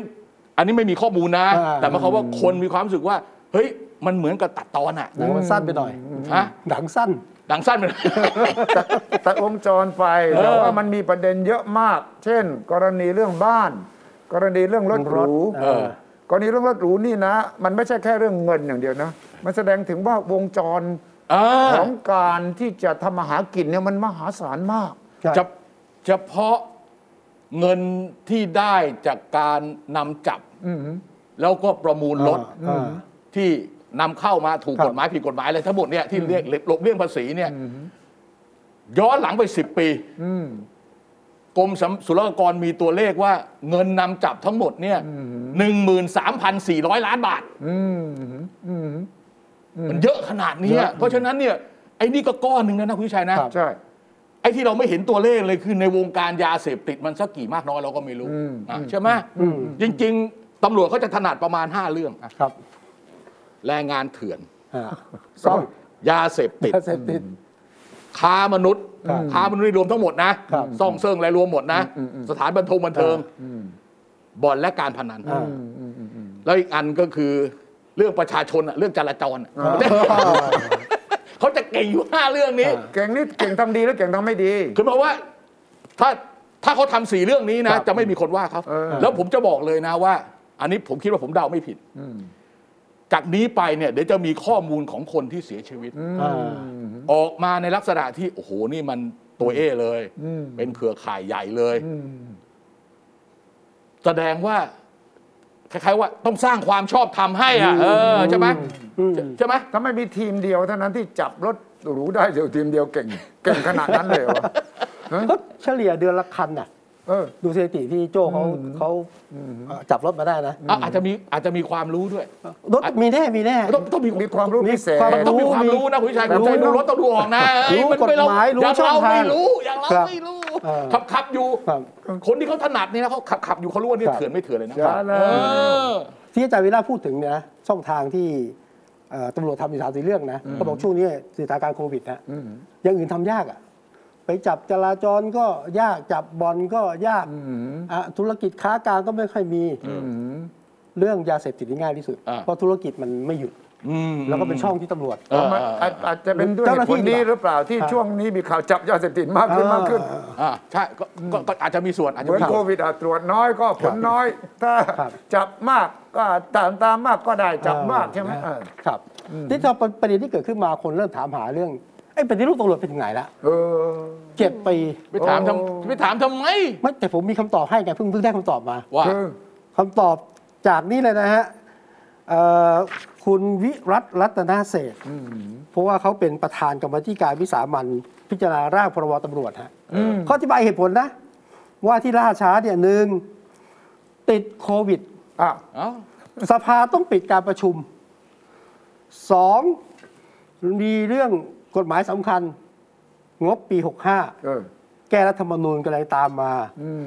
อันนี้ไม่มีข้อมูลนะ อ่า แต่หมายความว่าคนมีความรู้สึกว่า เฮ้ยมันเหมือนกับตัดตอนอะ หนังมันสั้นไปหน่อย ฮะ หนังสั้น หนังสั้นไป แต่แต่วงจรไป เออ แต่ว่ามันมีประเด็นเยอะมาก เช่น กรณีเรื่องบ้าน กรณีเรื่องรถหรู เออ กรณีเรื่องรถหรูนี่นะ มันไม่ใช่แค่เรื่องเงินอย่างเดียวนะ มันแสดงถึงว่าวงจร อ่า ของการที่จะทำมาหากินเนี่ยมันมหาศาลมาก จะเฉพาะเงินที่ได้จากการนำจับแล้วก็ประมูลรถ อ่า ที่นำเข้ามาถูก ครับ กฎหมายผิดกฎหมายอะไรทั้งหมดเนี่ยที่เรียกหลบเลี่ยงภาษีเนี่ยย้อนหลังไปสิบปีกรมสำศุลกากรมีตัวเลขว่าเงินนำจับทั้งหมดเนี่ยหนึ่งหมื่นสามพันสี่ร้อยล้านบาทมันเยอะขนาดเนี้ยเพราะฉะนั้นเนี่ยไอ้นี่ก็ก้อนหนึ่งนะนะคุณวิชัยนะ ใช่ ไอ้ที่เราไม่เห็นตัวเลขเลยคือในวงการยาเสพติดมันสักกี่มากน้อยเราก็ไม่รู้อ่ะใช่ไหมจริง ๆตำรวจเขาจะถนัดประมาณห้าเรื่องอ่ะ ครับ แรงงานเถื่อน อ่าซ่อม ยาเสพติด ยาเสพติด ค้ามนุษย์ ครับ ค้ามนุษย์นี่รวมทั้งหมดนะครับ ซ่องเซิงอะไรรวมหมดนะ สถานบันเทิงบันเทิงบ่อนและการพนัน อ่า แล้วอีกอันก็คือเรื่องประชาชนอะเรื่องจราจรอะเขาจะเก่งอยู่ห้าเรื่องนี้ เก่งนี่เก่งทำดีแล้วเก่งทำไม่ดี คือหมายว่าถ้าถ้าเขาทำสี่เรื่องนี้นะ จะไม่มีคนว่าเขา เออ แล้วผมจะบอกเลยนะว่า อันนี้ผมคิดว่าผมเดาไม่ผิดจากนี้ไปเนี่ยเดี๋ยวจะมีข้อมูลของคนที่เสียชีวิต อ่า ออกมาในลักษณะที่ โอ้โห นี่มันตัวเอ้เลย เป็นเครือข่ายใหญ่เลย แสดงว่า คล้ายๆว่าต้องสร้างความชอบธรรมให้อ่ะเออใช่ไหม อืม ใช่ไหม ถ้าไม่มีทีมเดียวเท่านั้นที่จับรถหรูได้เดียวทีมเดียวเก่ง เก่งขนาดนั้นเลยเหรอ ก็เฉลี่ยเดือนละคันน่ะ เออ ดูสถิติที่โจ้เขาเขาเอ่อจับรถมาได้นะ อ่ะอาจจะมีอาจจะมีความรู้ด้วย รถมีแน่มีแน่ ต้องต้องมี มีความรู้พิเศษ มีความ ต้องมีความรู้นะคุณชายผมใจดูรถต้องดูออกนะเอ้ รู้ นไเ กฎหมายรู้ อย่าง ช่อ เรา งทาง ไม่รู้อย่างเรา ครับ ไม่รู้ เออ ขับขับอยู่ ครับ คนที่เขาถนัดนี่นะเขาขับขับอยู่เขารู้ว่าเนี่ย ครับ เถื่อนไม่เถื่อนเลยนะ ใช่แล้ว เออ ที่อาจารย์วิลาพูดถึงเนี่ยนะช่องทางที่ เอ่อตำรวจทำอยู่สามสี่เรื่องนะเขาบอกช่วงนี้สถานการณ์โควิดนะอย่างอื่นทำยากอะไปจับจราจรก็ยากจับบอลก็ยากอ่ะธุรกิจค้ากลางก็ไม่ค่อยมีเรื่องยาเสพติดนี่ง่ายที่สุด อ่า เพราะธุรกิจมันไม่หยุด อืม แล้วก็เป็นช่องที่ตำรวจ เออ มันอาจอาจจะเป็นด้วย เจ้าห เห น้า ตุผล ที่ นี้ ดีกว่า หรือเปล่าที่ อ่า ช่วงนี้มีข่าวจับยาเสพติดมากขึ้นมากขึ้น อ่าใช่ก็ก็ก็อาจจะมีส่วนอาจ เห จะ มือน มี โค ส่วน วิดอ่ะตรวจน้อยก็ผลน้อย ถ้า ครับ จับมากก็ตามตามมากก็ได้จับมากใช่ไหม เออ เออ ครับที่เราประเด็นที่เกิดขึ้นมาคนเริ่มถามหาเรื่องไอ้ยปฏิรูปตำรวจไปถึงไหนละ เออ เจ็ดปี ไปถาม โอ้ ทำไปถามทำไม ไม่แต่ผมมีคำตอบให้ไงเพิ่งเพิ่งได้คำตอบมา ว่า คือ คำตอบจากนี้เลยนะฮะเอ่อคุณวิรัตรัตนาเศรษฐ์เพราะว่าเขาเป็นประธานกรรมาธิการวิสามันพิจารณาร่างพรบตำรวจฮะเขาอธิบายเหตุผลนะ ว่าที่ล่าช้าเนี่ยหนึ่งติดโควิด อ่ะ เอ้า สภาต้องปิดการประชุมสองมีเรื่องกฎหมายสำคัญ งบปี 65 เออ แก้รัฐธรรมนูญกำลังตามมา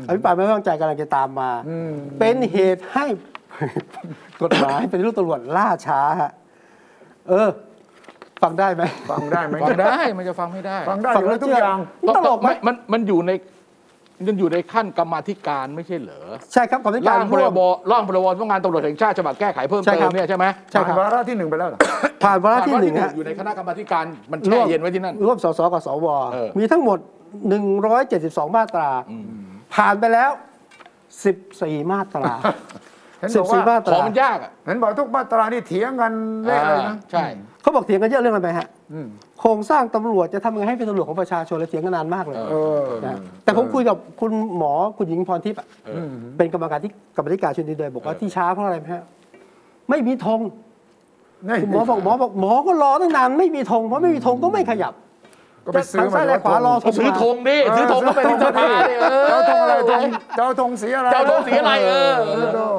อภิปรายไม่ไว้วางใจกำลังจะตามมา เป็นเหตุให้ กฎหมายเป็นรูปตำรวจล่าช้าฮะเออ ฟังได้ไหม ฟังได้ไหม ฟังได้มันจะฟังไม่ได้ ฟังได้ ฟัง อยู่ แล้ แล้ว วทุก เชื่อ อย่าง ตลกไหม นมันมันอยู่ในมันอยู่ในขั้นกรรมาธิการไม่ใช่เหรอ ใช่ครับกรรมธิการ ร่างพร ร่วม บร่างพรบต้องการตำรวจแห่งชาติฉบับแก้ไขเพิ่ม ใช่ เติ ครั ม บ เนี่ยใช่ไหม ใช่ครับ ผ่านวาระที่หนึ่งไปแล้วเหรอ ผ่านวาระที่หนึ่ง วาระ ฮะ อยู่ในคณะกรรมาธิการมันแช่เย็นไว้ที่นั่น ร่วมสสกับสว เออ มีทั้งหมด 172 มาตรา ผ่านไปแล้ว 14 มาตรา เห็นบอกว่า 14 มาต ข รา องมันยากอ่ะ เห็นบอกทุกมาตรานี่เถียงกันเละเลย อ่า นะ ใช่ เขาบอกเถียงกันเยอะเรื่องอะไรไหมฮะ อืม โครงสร้างตำรวจจะทำยังไงให้เป็นตำรวจของประชาชนและเถียงกันนานมากเลย เออ นะแต่ผมคุยกับคุณหมอคุณหญิงพรทิพย์อะเป็นกรรมการที่กรรมธิการชุดนี้เลยบอกว่าที่ช้าเพราะอะไรไหมฮะไม่มีธง นี่ คุณหมอบอกหมอบอกหมอก็รอตั้งนานไม่มีธงเพราะไม่มีธงก็ไม่ขยับ ก็ไปซื้อ ทางซ้าย มา และขวารอธง ซื้อธงดิ เ ซื้อธงก็ไปที่สภาดิเออ เจ้าธงอะไรธงเจ้าธงสีอะไร เจ้าธงสีอะไรเออเอ เอ อ อ เออ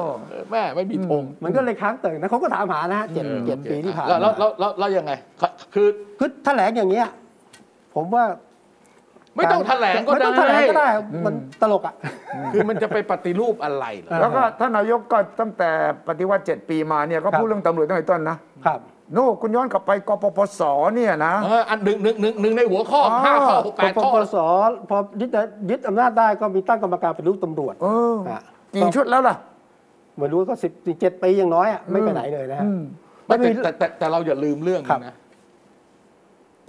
แม่ไม่มีธง มันก็เลยค้างเติ่งนะเขาก็ถามหานะฮะเจ็ดเจ็ดปีที่ผ่าน แล้ว มา แล้วแล้วแล้วแล้วยังไงคือ คือแถลงอย่างเงี้ยผมว่า ไม่ต้องแถลงก็ ไม่ ได้ ต้องแถลงก็ได้มันตลกอ่ะ คือมันจะไปปฏิรูปอะไรเหรอ แล้วก็ท่านนายกก็ตั้งแต่ปฏิวัติ 7 ปีมาเนี่ยก็ ครับ พูดเรื่องตำรวจตั้งแต่ต้นนะครับ โน่คุณย้อนกลับไปกปปสเนี่ยนะ เอออันหนึ่งหนึ่งหนึ่งหนึ่งในหัวข้อ อ๋อ ห้าข้อหก ป แปด ป ข้อ ปสพอยึดยึดอำนาจได้ก็มีตั้งกรรมการเป็นรูปตำรวจ เออ นะ กี่ชุดแล้วล่ะ เหมือนรู้ก็สิบเจ็ดปีอย่างน้อยอ่ะไม่ไปไหนเลยนะฮะ ไม่แต่แต่แต่แต่เราอย่าลืมเรื่อง ครับ นะ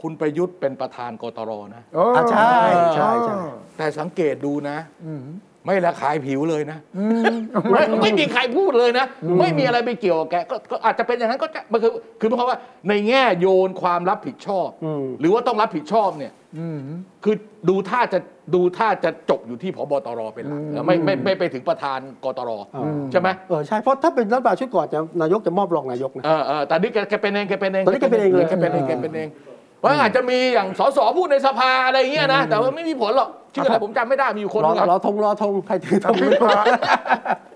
คุณประยุทธ์เป็นประธานกตรนะ เออ อ่ะใช่ใช่ใช่ แต่สังเกตดูนะไม่ละขายผิวเลยนะไม่ไม่มีใครพูดเลยนะ ไม่มีอะไรไปเกี่ยวกับแกก็ก็อาจจะเป็นอย่างนั้นก็จะมันคือคือหมายความว่า ในแง่โยนความรับผิดชอบ อืม หรือว่าต้องรับผิดชอบเนี่ยคือดูท่าจะดูท่าจะจบอยู่ที่พบตรเป็นหลักแล้วไม่ไม่ไม่ไปถึงประธานกตรใช่ไหม เออใช่เพราะถ้าเป็นรัฐบาลชุดก่อนจะนายกจะมอบรองนายกนะ เออเออแต่นี่แกแกเป็นเองแกเป็นเอง ตอนนี้แกเป็นเองเลย แกเป็นเองแกเป็นเองว่าอาจจะมีอย่างสสพูดในสภาอะไรเงี้ยนะ แต่ว่าไม่มีผลหรอกชื่ออะไรผมจำไม่ได้มีอยู่คน ร ห อ นึง รออะธงรอธงใครถือธ อง ภิปราย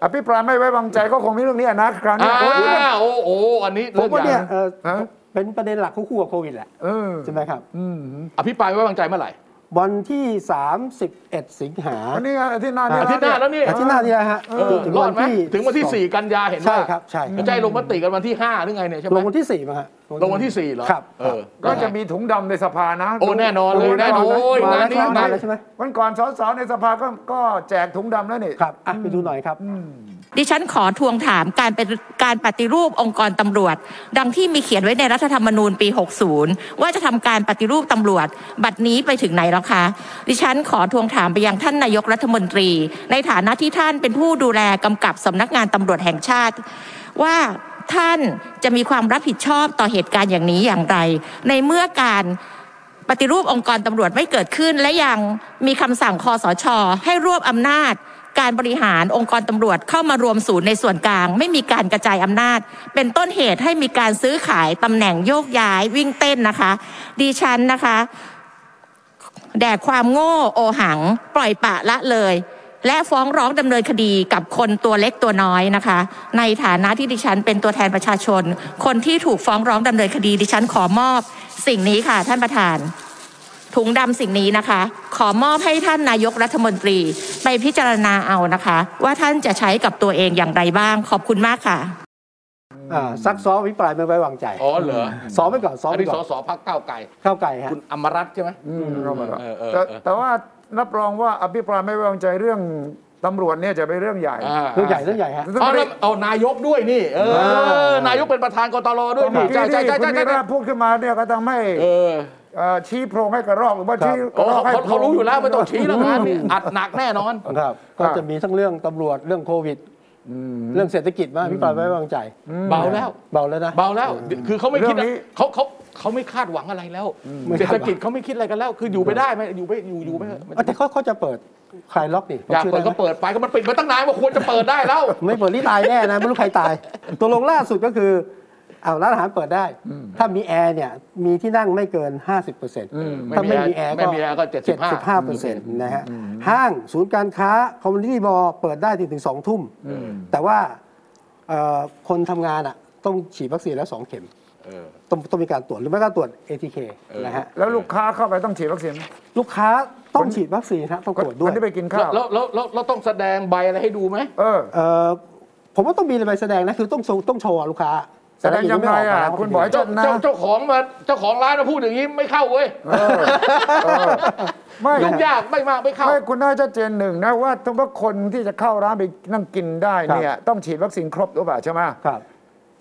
อภิปรายไม่ไว้วางใจก็คงมีเรื่องนี้นะครั้งนี้ อ่า โอ้ยเรื่อง โอ้โหอันนี้ ผ เรื่ ม อง ว่า ให เนี่ ญ่ ยเออ ฮะ เป็นประเด็นหลักของคู่กับโควิดแหละ เออ ใช่ไหมครับ อืม อภิปรายไม่ไว้วางใจเมื่อไหร่ วันที่ 31 สิงหา อันนี้ไงอาที่หน้า อาทิตย์หน้าแล้วนี่ อาทิตย์หน้านี่แหละฮะ เออรอดไหมถึงวันที่ 4 กันยาเห็น ใช่ ว่า ครับใช่ค ก รับ ระจายลงมติกันวันที่5หรือไงเนี่ยใช่ไห ล ม งวันที่ 4มาฮะ ลงวันที่4เหรอ ครับ เออ ก็จะมีถุงดำในสภานะ โอ้แน่นอนเลยแน่นอนโอ้ย มางแล้วใช่ไหมาานนี้งามน แล้วใช่ไหม วันก่อนสสในสภาก็ก็แจกถุงดำแล้วนี่ ครับอ่ะไปดูหน่อยครับ ดิฉันขอทวงถามการเป็นการปฏิรูปองค์กรตำรวจ ดังที่มีเขียนไว้ในรัฐธรรมนูญปี 60 ว่าจะทำการปฏิรูปตำรวจ บัดนี้ไปถึงไหนแล้วคะ ดิฉันขอทวงถามไปยังท่านนายกรัฐมนตรี ในฐานะที่ท่านเป็นผู้ดูแลกำกับสำนักงานตำรวจแห่งชาติ ว่าท่านจะมีความรับผิดชอบต่อเหตุการณ์อย่างนี้อย่างไร ในเมื่อการ ปฏิรูปองค์กรตำรวจไม่เกิดขึ้น และยังมีคำสั่งคอสช ให้รวบอำนาจ การบริหารองค์กรตำรวจเข้ามารวมศูนย์ในส่วนกลาง ไม่มีการกระจายอำนาจ เป็นต้นเหตุให้มีการซื้อขายตำแหน่งโยกย้ายวิ่งเต้นนะคะ ดิฉันนะคะ แด่ความโง่โอหัง ปล่อยปละละเลย และฟ้องร้องดำเนินคดีกับคนตัวเล็กตัวน้อยนะคะ ในฐานะที่ดิฉันเป็นตัวแทนประชาชน คนที่ถูกฟ้องร้องดำเนินคดี ดิฉันขอมอบสิ่งนี้ค่ะ ท่านประธาน ถุงดำสิ่งนี้นะคะ ขอมอบให้ท่านนายกรัฐมนตรี ไปพิจารณาเอานะคะ ว่าท่านจะใช้กับตัวเองอย่างไรบ้างขอบคุณมากค่ะ อ่าซักซ้อมวิปรายไม่ไว้วางใจ อ๋อเหรอ ซ้อมไว้ก่อนซ้อม อัน ไว้ นี้ ก่ ส อน สพักก้าวไกล เข้าไก่ฮะ คุณอมรัตน์ใช่ไหม เข้ามาแล้ว เออเออ แต่ เออ แต่ว่ารับรองว่าอภิปรายไม่ไว้วางใจเรื่องตำรวจเนี่ยจะเป็นเรื่องใหญ่ อ่า เรื่องใหญ่เรื่องใหญ่ฮะ เอาแล้วเอานายกด้วยนี่ เออ อ่าน ายกเป็นประธานกตรด้วย เมื่อ นี่ กี้ ใช่ใช่ ที่คุณใช่ใช่ วี ใช่ ระพูดขึ้นมาเนี่ยก็ทำให้ เออ เอ่อชี้โพรงให้กระรอกหรือว่า ครับ ชี้ก อ๋อ ระรอกให้ เขาเขารู้อยู่แล้วไม่ต้องชี้แล้วงาน อื นี้ ม อัดหนักแน่นอน ครับ ก็จะมีทั้งเรื่องตำรวจเรื่องโควิด เรื่องเศรษฐกิจมาวิปรายไม่ไว้วางใจ เบาแล้ว เบาแล้วนะ เบาแล้วคือเขาไม่คิด เรื่องนี้ เขาเขาเขาไม่คาดหวังอะไรแล้ว ไม่คาดหวัง เศรษฐกิจเขาไม่คิดอะไรกันแล้ว คืออยู่ไปได้ไหมอยู่ไปอยู่อยู่ไปเถอะ เอ้ยแต่เขาเขาจะเปิดคลายล็อกนี่ผม อยาก ชื่ เปิด ไไหม ก็เปิดไปก็มันปิดมาตั้งนานว่าควรจะเปิดได้แล้ว ไม่เปิดนี่ตายแน่นะไม่ รู้ใคร ตาย ตัวลงล่าสุดก็คือเอาร้านอาหารเปิดได้ ถ้ามีแอร์เนี่ยมีที่นั่งไม่เกิน 50%ถ้าไม่มีแอร์ก็ ไม่มีแอร์ก็75% 75%นะฮะห้างศูนย์การค้าคอมมูนิตี้บอเปิดได้ถึงถึงสองทุ่ม แต่ว่าเอ่อคนทำงานอ่ะต้องฉีดวัคซีนแล้วสองเข็ม เออ ต้องต้องมีการตรวจหรือไม่ก็ตรวจ ATK นะฮะ แล้วลูกค้าเข้าไปต้องฉีดวัคซีนไหม ลูกค้าต้องฉีดวัคซีนฮะต้องตรวจด้ว ค ย นที่ไปกินข้าว แล้วแล้วแล้วเราต้องแสดงใบอะไรให้ดูไหม เออ เอ่อผมว่าต้องมีใบแสดงนะ คือต้องโชว์ต้องโชว์อะลูกค้า แสดงยังไงอะ แสดงกมา คุณบอกให้ เจ้า นะ เจ้าเจ้าของมาเจ้าของร้านมาพูดอย่างนี้ไม่เข้าเว้ย เออเออไม่ ยุ่งยากไม่มากไม่เข้า ไม่คุณน่าจะเจนหนึ่งนะว่าถ้าว่าคนที่จะเข้าร้านไปนั่งกินได้เนี่ยต้องฉีดวัคซีนครบหรือเปล่าใช่ไหม ครับ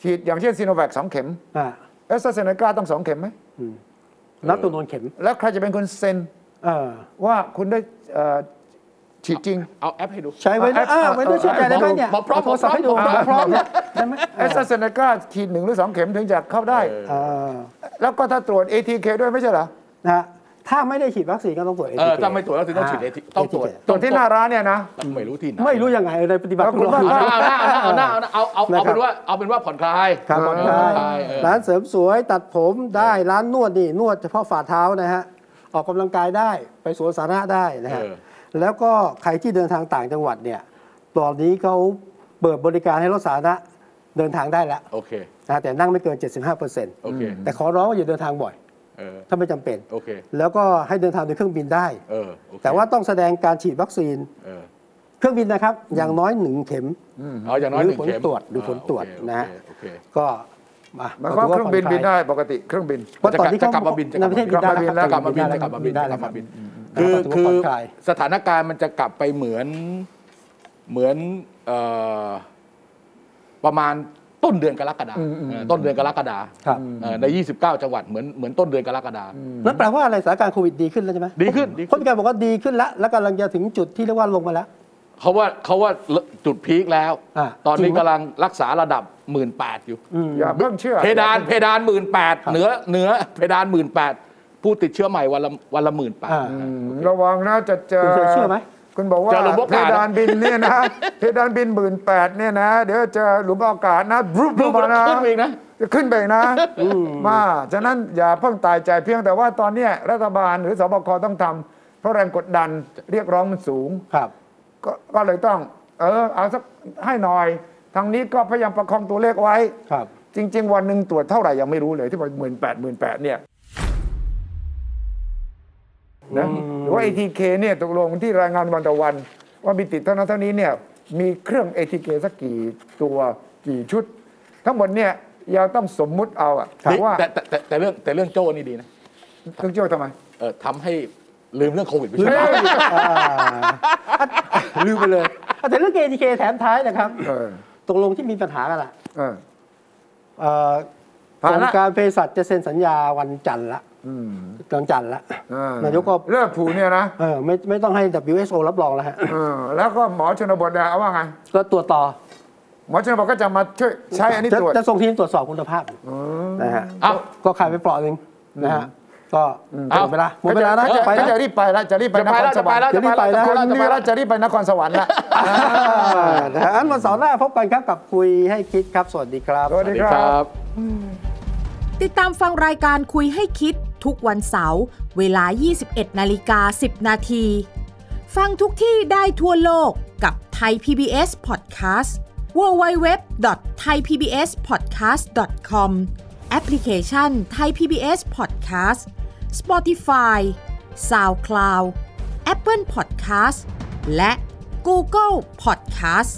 ฉีดอย่างเช่นซีโนแวคสองเข็ม อ่า แอสตราเซเนกาต้องสองเข็มไหม นับจำนวนเข็ม แล้วใครจะเป็นคนเซ็น เออ ว่าคุณได้เอ่อฉีดจริง เอาแอปให้ดู ใช้ไว้ด้วย เอา อ่า เอา ไว้ด้วยช่วยใจได้ไหมเนี่ย หมอพร้อม เาโทรศัพท์ให้ดู หมอพหมอพร้อมร้อมเนี่ยได้ไหม แอสตราเซเนกาฉีดหนึ่งหรือสองเข็มถึงจะเข้าได้ เออ แล้วก็ถ้าตรวจ ATK ด้วยไม่ใช่เหรอ นะฮะถ้าไม่ได้ฉีดวัคซีนก็ต้องตรวจ เออ ATK ถ้าไม่ตรวจแล้วถึงต้องฉีดเอทีต้องตรวจ ตรวจที่หน้าร้านเนี่ยนะ ไม่รู้ที่ไหน ไม่รู้ยังไงในปฏิบัติ แล้วคุณว่า เอาหน้าเอาหน้าเอาหน้าเอาเอาเอาเป็นว่าเอาเป็นว่าผ่อนคลาย ครับผ่อนคลาย ผ่อนคลายเออ ร้านเสริมสวยตัดผมได้ร้านนวดนี่นวดเฉพาะฝ่าเท้านะฮะออกกำลังกายได้ไปสวนสาธารณะได้นะฮะ เออ แล้วก็ใครที่เดินทางต่างจังหวัดเนี่ยตอนนี้เขาเปิดบริการให้รถสาธารณะเดินทางได้แล้ว โอเค นะฮะแต่นั่งไม่เกิน 75% โอเค แต่ขอร้องว่าอย่าเดินทางบ่อย เออ ถ้าไม่จำเป็น โอเค แล้วก็ให้เดินทางโดยเครื่องบินได้ เออโอเค แต่ว่าต้องแสดงการฉีดวัคซีน เออ เครื่องบินนะครับอย่างน้อยหนึ่งเข็ม เอาอย่างน้อย ห ห รือ นึ่งเข็ผลมตรวจหรือผลตรวจ อ่าโอเค นะ โอเค ก็มา หมันก็เครื่องบินบินได้ปกติเครื่องบิน เพราะตอนนี้ จะกลับมาบินจะกลับ ใประเทศ มาบิน ได้ จะกลับมาบินจะกลับมาบิน ได้ จะก แล้ ลั วครับมา บ บิน อื คือ ม คื ก็ อ ถือว่าผ่อนคลาย สถานการณ์มันจะกลับไปเหมือนเหมือนเอ่อประมาณต้นเดือนกรกฎาคมเออต้นเดือนกรกฎา ครับ เออใน 29 จังหวัดเหมือนเหมือนต้นเดือนกรกฎาคม นั่นแปลว่าอะไรสถานการณ์โควิดดีขึ้นแล้วใช่ไหม ดีขึ้นดีขึ้น เพราะมีการบอกว่าดีขึ้นแล้ว แล้วกำลังจะถึงจุดที่เรียกว่าลงมาแล้ว เขาว่าเขาว่าจุดพีคแล้ว อ่ะ ตอน จริ นี้ งไหม กำลังรักษาระดับ 1 8ื่นอยู่ อย่าเพิ่งเชื่อ เพดานเพดานหมื่นแปดเหนือเหนือเพดานหมื่นแปดผู้ติดเชื้อใหม่วันละวันละหมื่นแปด อ่า อืมระวังนะจะเจอ คุณจะเชื่อไหม คุณบอกว่า เจอหลุมอว เพ กาศ ดานบินเนี่ยนะ เพดานบินหมื่นแปดเนี่ยนะ เดี๋ยวเจอหลุมอวกาศนะรูป รู รู ป ปมานะ ขึ้นไปอีกนะ จะขึ้นไปอีกนะมาฉะนั้นอย่าเพิ่งตายใจเพียงแต่ว่าตอนเนี้ยรัฐบาลหรือสบคต้องทำเพราะแรงกดดันเรียกร้องมันสูง ครับ ก็ก็เลยต้อง เออเอาสักให้หน่อย ทางนี้ก็พยายามประคองตัวเลขไว้ ครับ จริง ๆ วันหนึ่งตรวจเท่าไหร่ยังไม่รู้เลยที่บอกหมื่นแปดหมื่นแปดเนี่ยนะหรือว่า ATK เนี่ยตกลงที่รายงานวันต่อวัน ว่ามีติดเท่านั้นเท่านี้เนี่ยมีเครื่อง ATK สักกี่ตัวกี่ชุด ทั้งหมดเนี่ยเราต้องสมมุติเอาอะ แต่ ว่า แต่แต่แต่แต่เรื่องแต่เรื่องโจ้นี่ดีนะ ต้องเจ้าทำไม เออทำให้ลืมเรื่องโควิดไป ลืม ใช่ไหม อ่าลืมไปเลยอ่ะแต่เรื่อง ATK แถมท้ายนะครับ เออ ตกลงที่มีปัญหากันล่ะ เออ เอ่อ ผ่าน กรม ละ การเภสัชจะเซ็นสัญญาวันจันทร์ละ อืม วันจันทร์ละ เออน ายกก็ เลิกผูเนี่ยนะ เออไม่ไม่ต้องให้ WHO รับรองแล้วฮะ เออแล้วก็หมอชนบทอะว่าไง ก็ตรวจต่อ หมอชนบทก็จะมาช่วยใช้อันนี้ จะ ตรวจ จะส่งทีมตรวจสอบคุณภาพนะฮะ เอ้า ก็ขายไปเปลาะหนึ่งนะฮะ ก็หมดเวลาหมดเวลานะ เออ จะไป ไป นะ จะรีบไปแล้วจะรีบไปนครสวรรค์ จะไปแล้วจะไปแล้ว คุณนี่แล้วจะรีบไปนครสวรรค์ละ อ่านะฮะอันวันเสาร์หน้าพบกันครับกับคุยให้คิดครับ สวัสดีครับ สวัสดีครับ ติดตามฟังรายการคุยให้คิดทุกวันเสาร์เวลา 21 นาฬิกา 10 นาที ฟังทุกที่ได้ทั่วโลกกับ ไทย PBS Podcast www.thaipbspodcast.com แอปพลิเคชัน ไทย PBS Podcast Spotify SoundCloud Apple Podcast และ Google Podcast